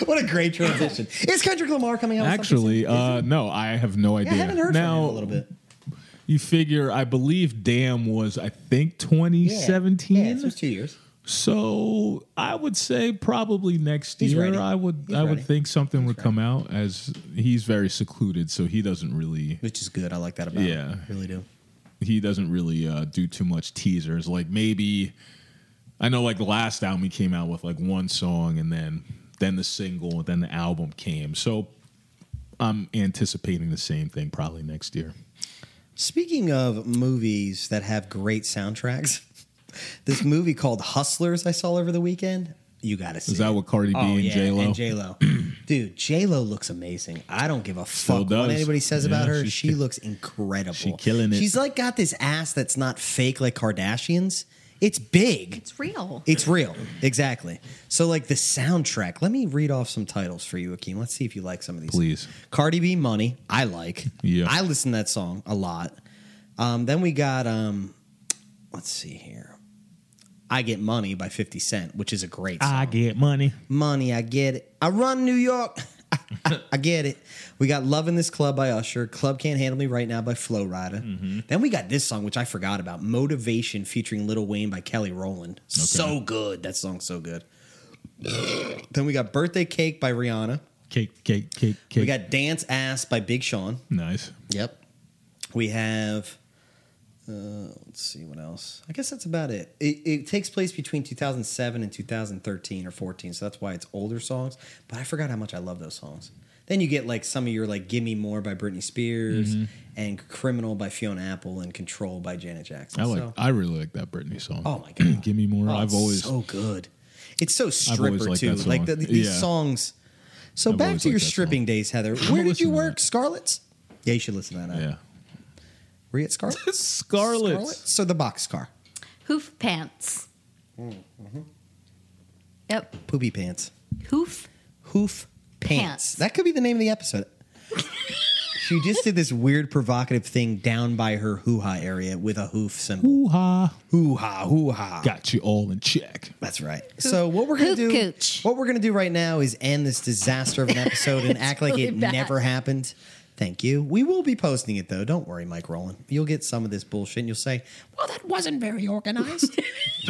S3: what a great transition. Is Kendrick Lamar coming out? with something
S4: Actually, uh, no, I have no
S3: soon?
S4: idea.
S3: yeah, I haven't heard
S4: now,
S3: from him in a little bit.
S4: You figure, I believe Damn was, I think,
S3: Yeah.
S4: 2017.
S3: Yeah, it's just two years.
S4: So I would say probably next
S3: He's
S4: year.
S3: ready.
S4: I would
S3: He's
S4: I
S3: ready.
S4: would think something would come out as he's very secluded, so he doesn't really
S3: Which is good. I like that about it.
S4: Yeah.
S3: really do.
S4: he doesn't really uh, do too much teasers. Like maybe I know like the last album he came out with like one song and then then the single and then the album came. So I'm anticipating the same thing probably next year.
S3: Speaking of movies that have great soundtracks, this movie called Hustlers I saw over the weekend. You gotta see.
S4: Is that
S3: it.
S4: what Cardi B and J Lo?
S3: Oh, And J Lo. Dude, J Lo looks amazing. I don't give a
S4: Still
S3: fuck what
S4: does.
S3: anybody says
S4: Yeah,
S3: about her.
S4: she's
S3: She
S4: ki-
S3: looks incredible.
S4: she killing it.
S3: She's like got this ass that's not fake like Kardashians. It's big.
S5: It's real.
S3: It's real. Exactly. So like the soundtrack. Let me read off some titles for you, Akeem. Let's see if you like some of these.
S4: Please.
S3: Cardi B Money. I like.
S4: Yeah.
S3: I listen to that song a lot. Um, then we got um let's see here. I Get Money by 50 Cent, which is a
S4: Ah.
S3: great song
S4: get money.
S3: money. I get it. I run New York. I, I, I get it. We got Love in This Club by Usher. Club Can't Handle Me Right Now by Flo Rida.
S4: Mm-hmm.
S3: Then we got this song, which I forgot about Motivation featuring Lil Wayne by Kelly Rowland. So good. That song's so good. then we got Birthday Cake by Rihanna.
S4: Cake, cake, cake, cake.
S3: We got Dance Ass by Big Sean.
S4: nice.
S3: Yep. We have. Uh, let's see what else. I guess that's about it. it. It takes place between 2007 and 2013 or 14, so that's why it's older songs. But I forgot how much I love those songs. Then you get like some of your like "Gimme More" by Britney Spears
S4: Mm-hmm.
S3: and "Criminal" by Fiona Apple and "Control" by Janet Jackson.
S4: I like.
S3: So,
S4: I really like that Britney song.
S3: Oh my God.
S4: Give me more.
S3: oh,
S4: I've
S3: it's
S4: always
S3: so good. It's so
S4: I've always
S3: stripper
S4: liked
S3: too.
S4: that
S3: Like
S4: song.
S3: the, these
S4: Yeah.
S3: songs. So
S4: I've
S3: back
S4: always
S3: to your
S4: liked that
S3: stripping
S4: song.
S3: days, Heather. Where did
S4: listen
S3: you
S4: to
S3: work?
S4: that.
S3: Scarlet's. Yeah, you should listen to that.
S4: yeah.
S3: Were you at Scarlet's?
S4: Scarlet.
S3: So the boxcar.
S5: Hoof pants. Yep.
S3: Poopy pants.
S5: Hoof.
S3: Hoof pants.
S5: Pants.
S3: That could be the name of the episode. she just did this weird provocative thing down by her hoo ha area with a hoof symbol.
S4: Ooh ha!
S3: Hoo ha, hoo ha.
S4: Got you all in check.
S3: That's right. So what we're gonna do?
S5: Hoof cooch.
S3: What we're gonna do right now is end this disaster of an episode and act like
S5: really
S3: it
S5: bad.
S3: never happened. Thank you. We will be posting it though. Don't worry, Mike Rowland. You'll get some of this bullshit, and you'll say,
S7: Well, that wasn't very organized.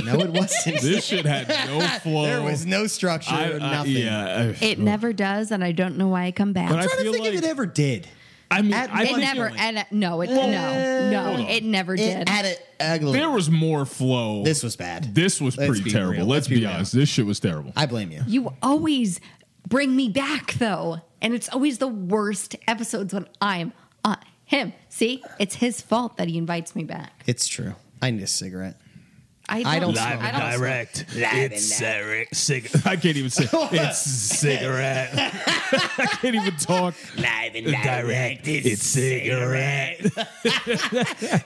S3: "No, it wasn't.
S4: This shit had no flow.
S3: there was no structure,
S4: I-
S3: or
S4: I-
S3: nothing."
S4: yeah. I-
S5: It never does, and I don't know why I come back.
S4: But I
S3: I'm trying to
S4: feel
S3: think
S4: like
S3: if it ever did.
S4: I mean,
S3: at
S4: I
S3: one
S5: it
S4: think
S5: never. And, no, it no
S4: Hold
S5: no.
S4: on.
S5: It never did.
S3: It had it ugly.
S4: there was more flow.
S3: This was bad.
S4: This was
S3: Let's
S4: pretty
S3: be
S4: terrible.
S3: real.
S4: Let's,
S3: Let's be
S4: be,
S3: real.
S4: honest. This shit was terrible.
S3: I blame you.
S5: You always bring me back though, and it's always the worst episodes when I'm on him. See, it's his fault that he invites me back.
S3: It's true. I need a cigarette. I
S5: I
S3: don't
S5: don't.
S3: smoke.
S5: I don't smoke.
S4: direct. it's direct. I can't even say it's cigarette. I can't even talk.
S7: Live and direct.
S4: It's cigarette.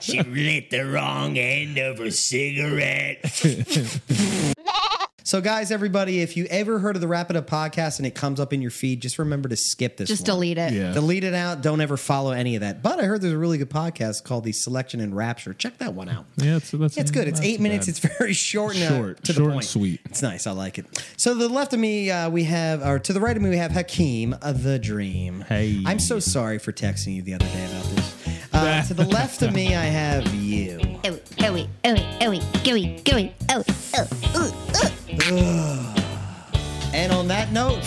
S7: She lit the wrong end of her cigarette.
S3: So, guys, everybody, if you ever heard of the Wrap It Up podcast and it comes up in your feed, just remember to skip this.
S5: Just
S3: one.
S5: delete it.
S4: Yeah.
S3: Delete it out. Don't ever follow any of that. But I heard there's a really good podcast called The Selection and Rapture. Check that one out.
S4: Yeah, it's, that's,
S3: It's good. It's
S4: not
S3: eight
S4: too
S3: minutes.
S4: bad.
S3: It's very short and uh,
S4: Short.
S3: to the
S4: Short and
S3: point.
S4: sweet.
S3: It's nice. I like it. So to the left of me, uh, we have, or to the right of me, we have Hakeem of the Dream.
S4: Hey.
S3: I'm so sorry for texting you the other day about this. Uh, to the left of me, I have you.
S7: Oh,
S6: Ew, ew, ew, ew, gooey, gooey, ew, ew,
S7: oh,
S6: ooh, ooh.
S3: And on that note.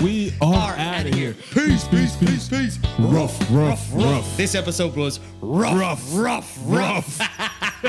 S4: we are,
S3: Are
S4: out
S3: outta
S4: of here. Peace, peace, peace, peace. Rough, rough, rough.
S3: This episode was rough, rough, rough.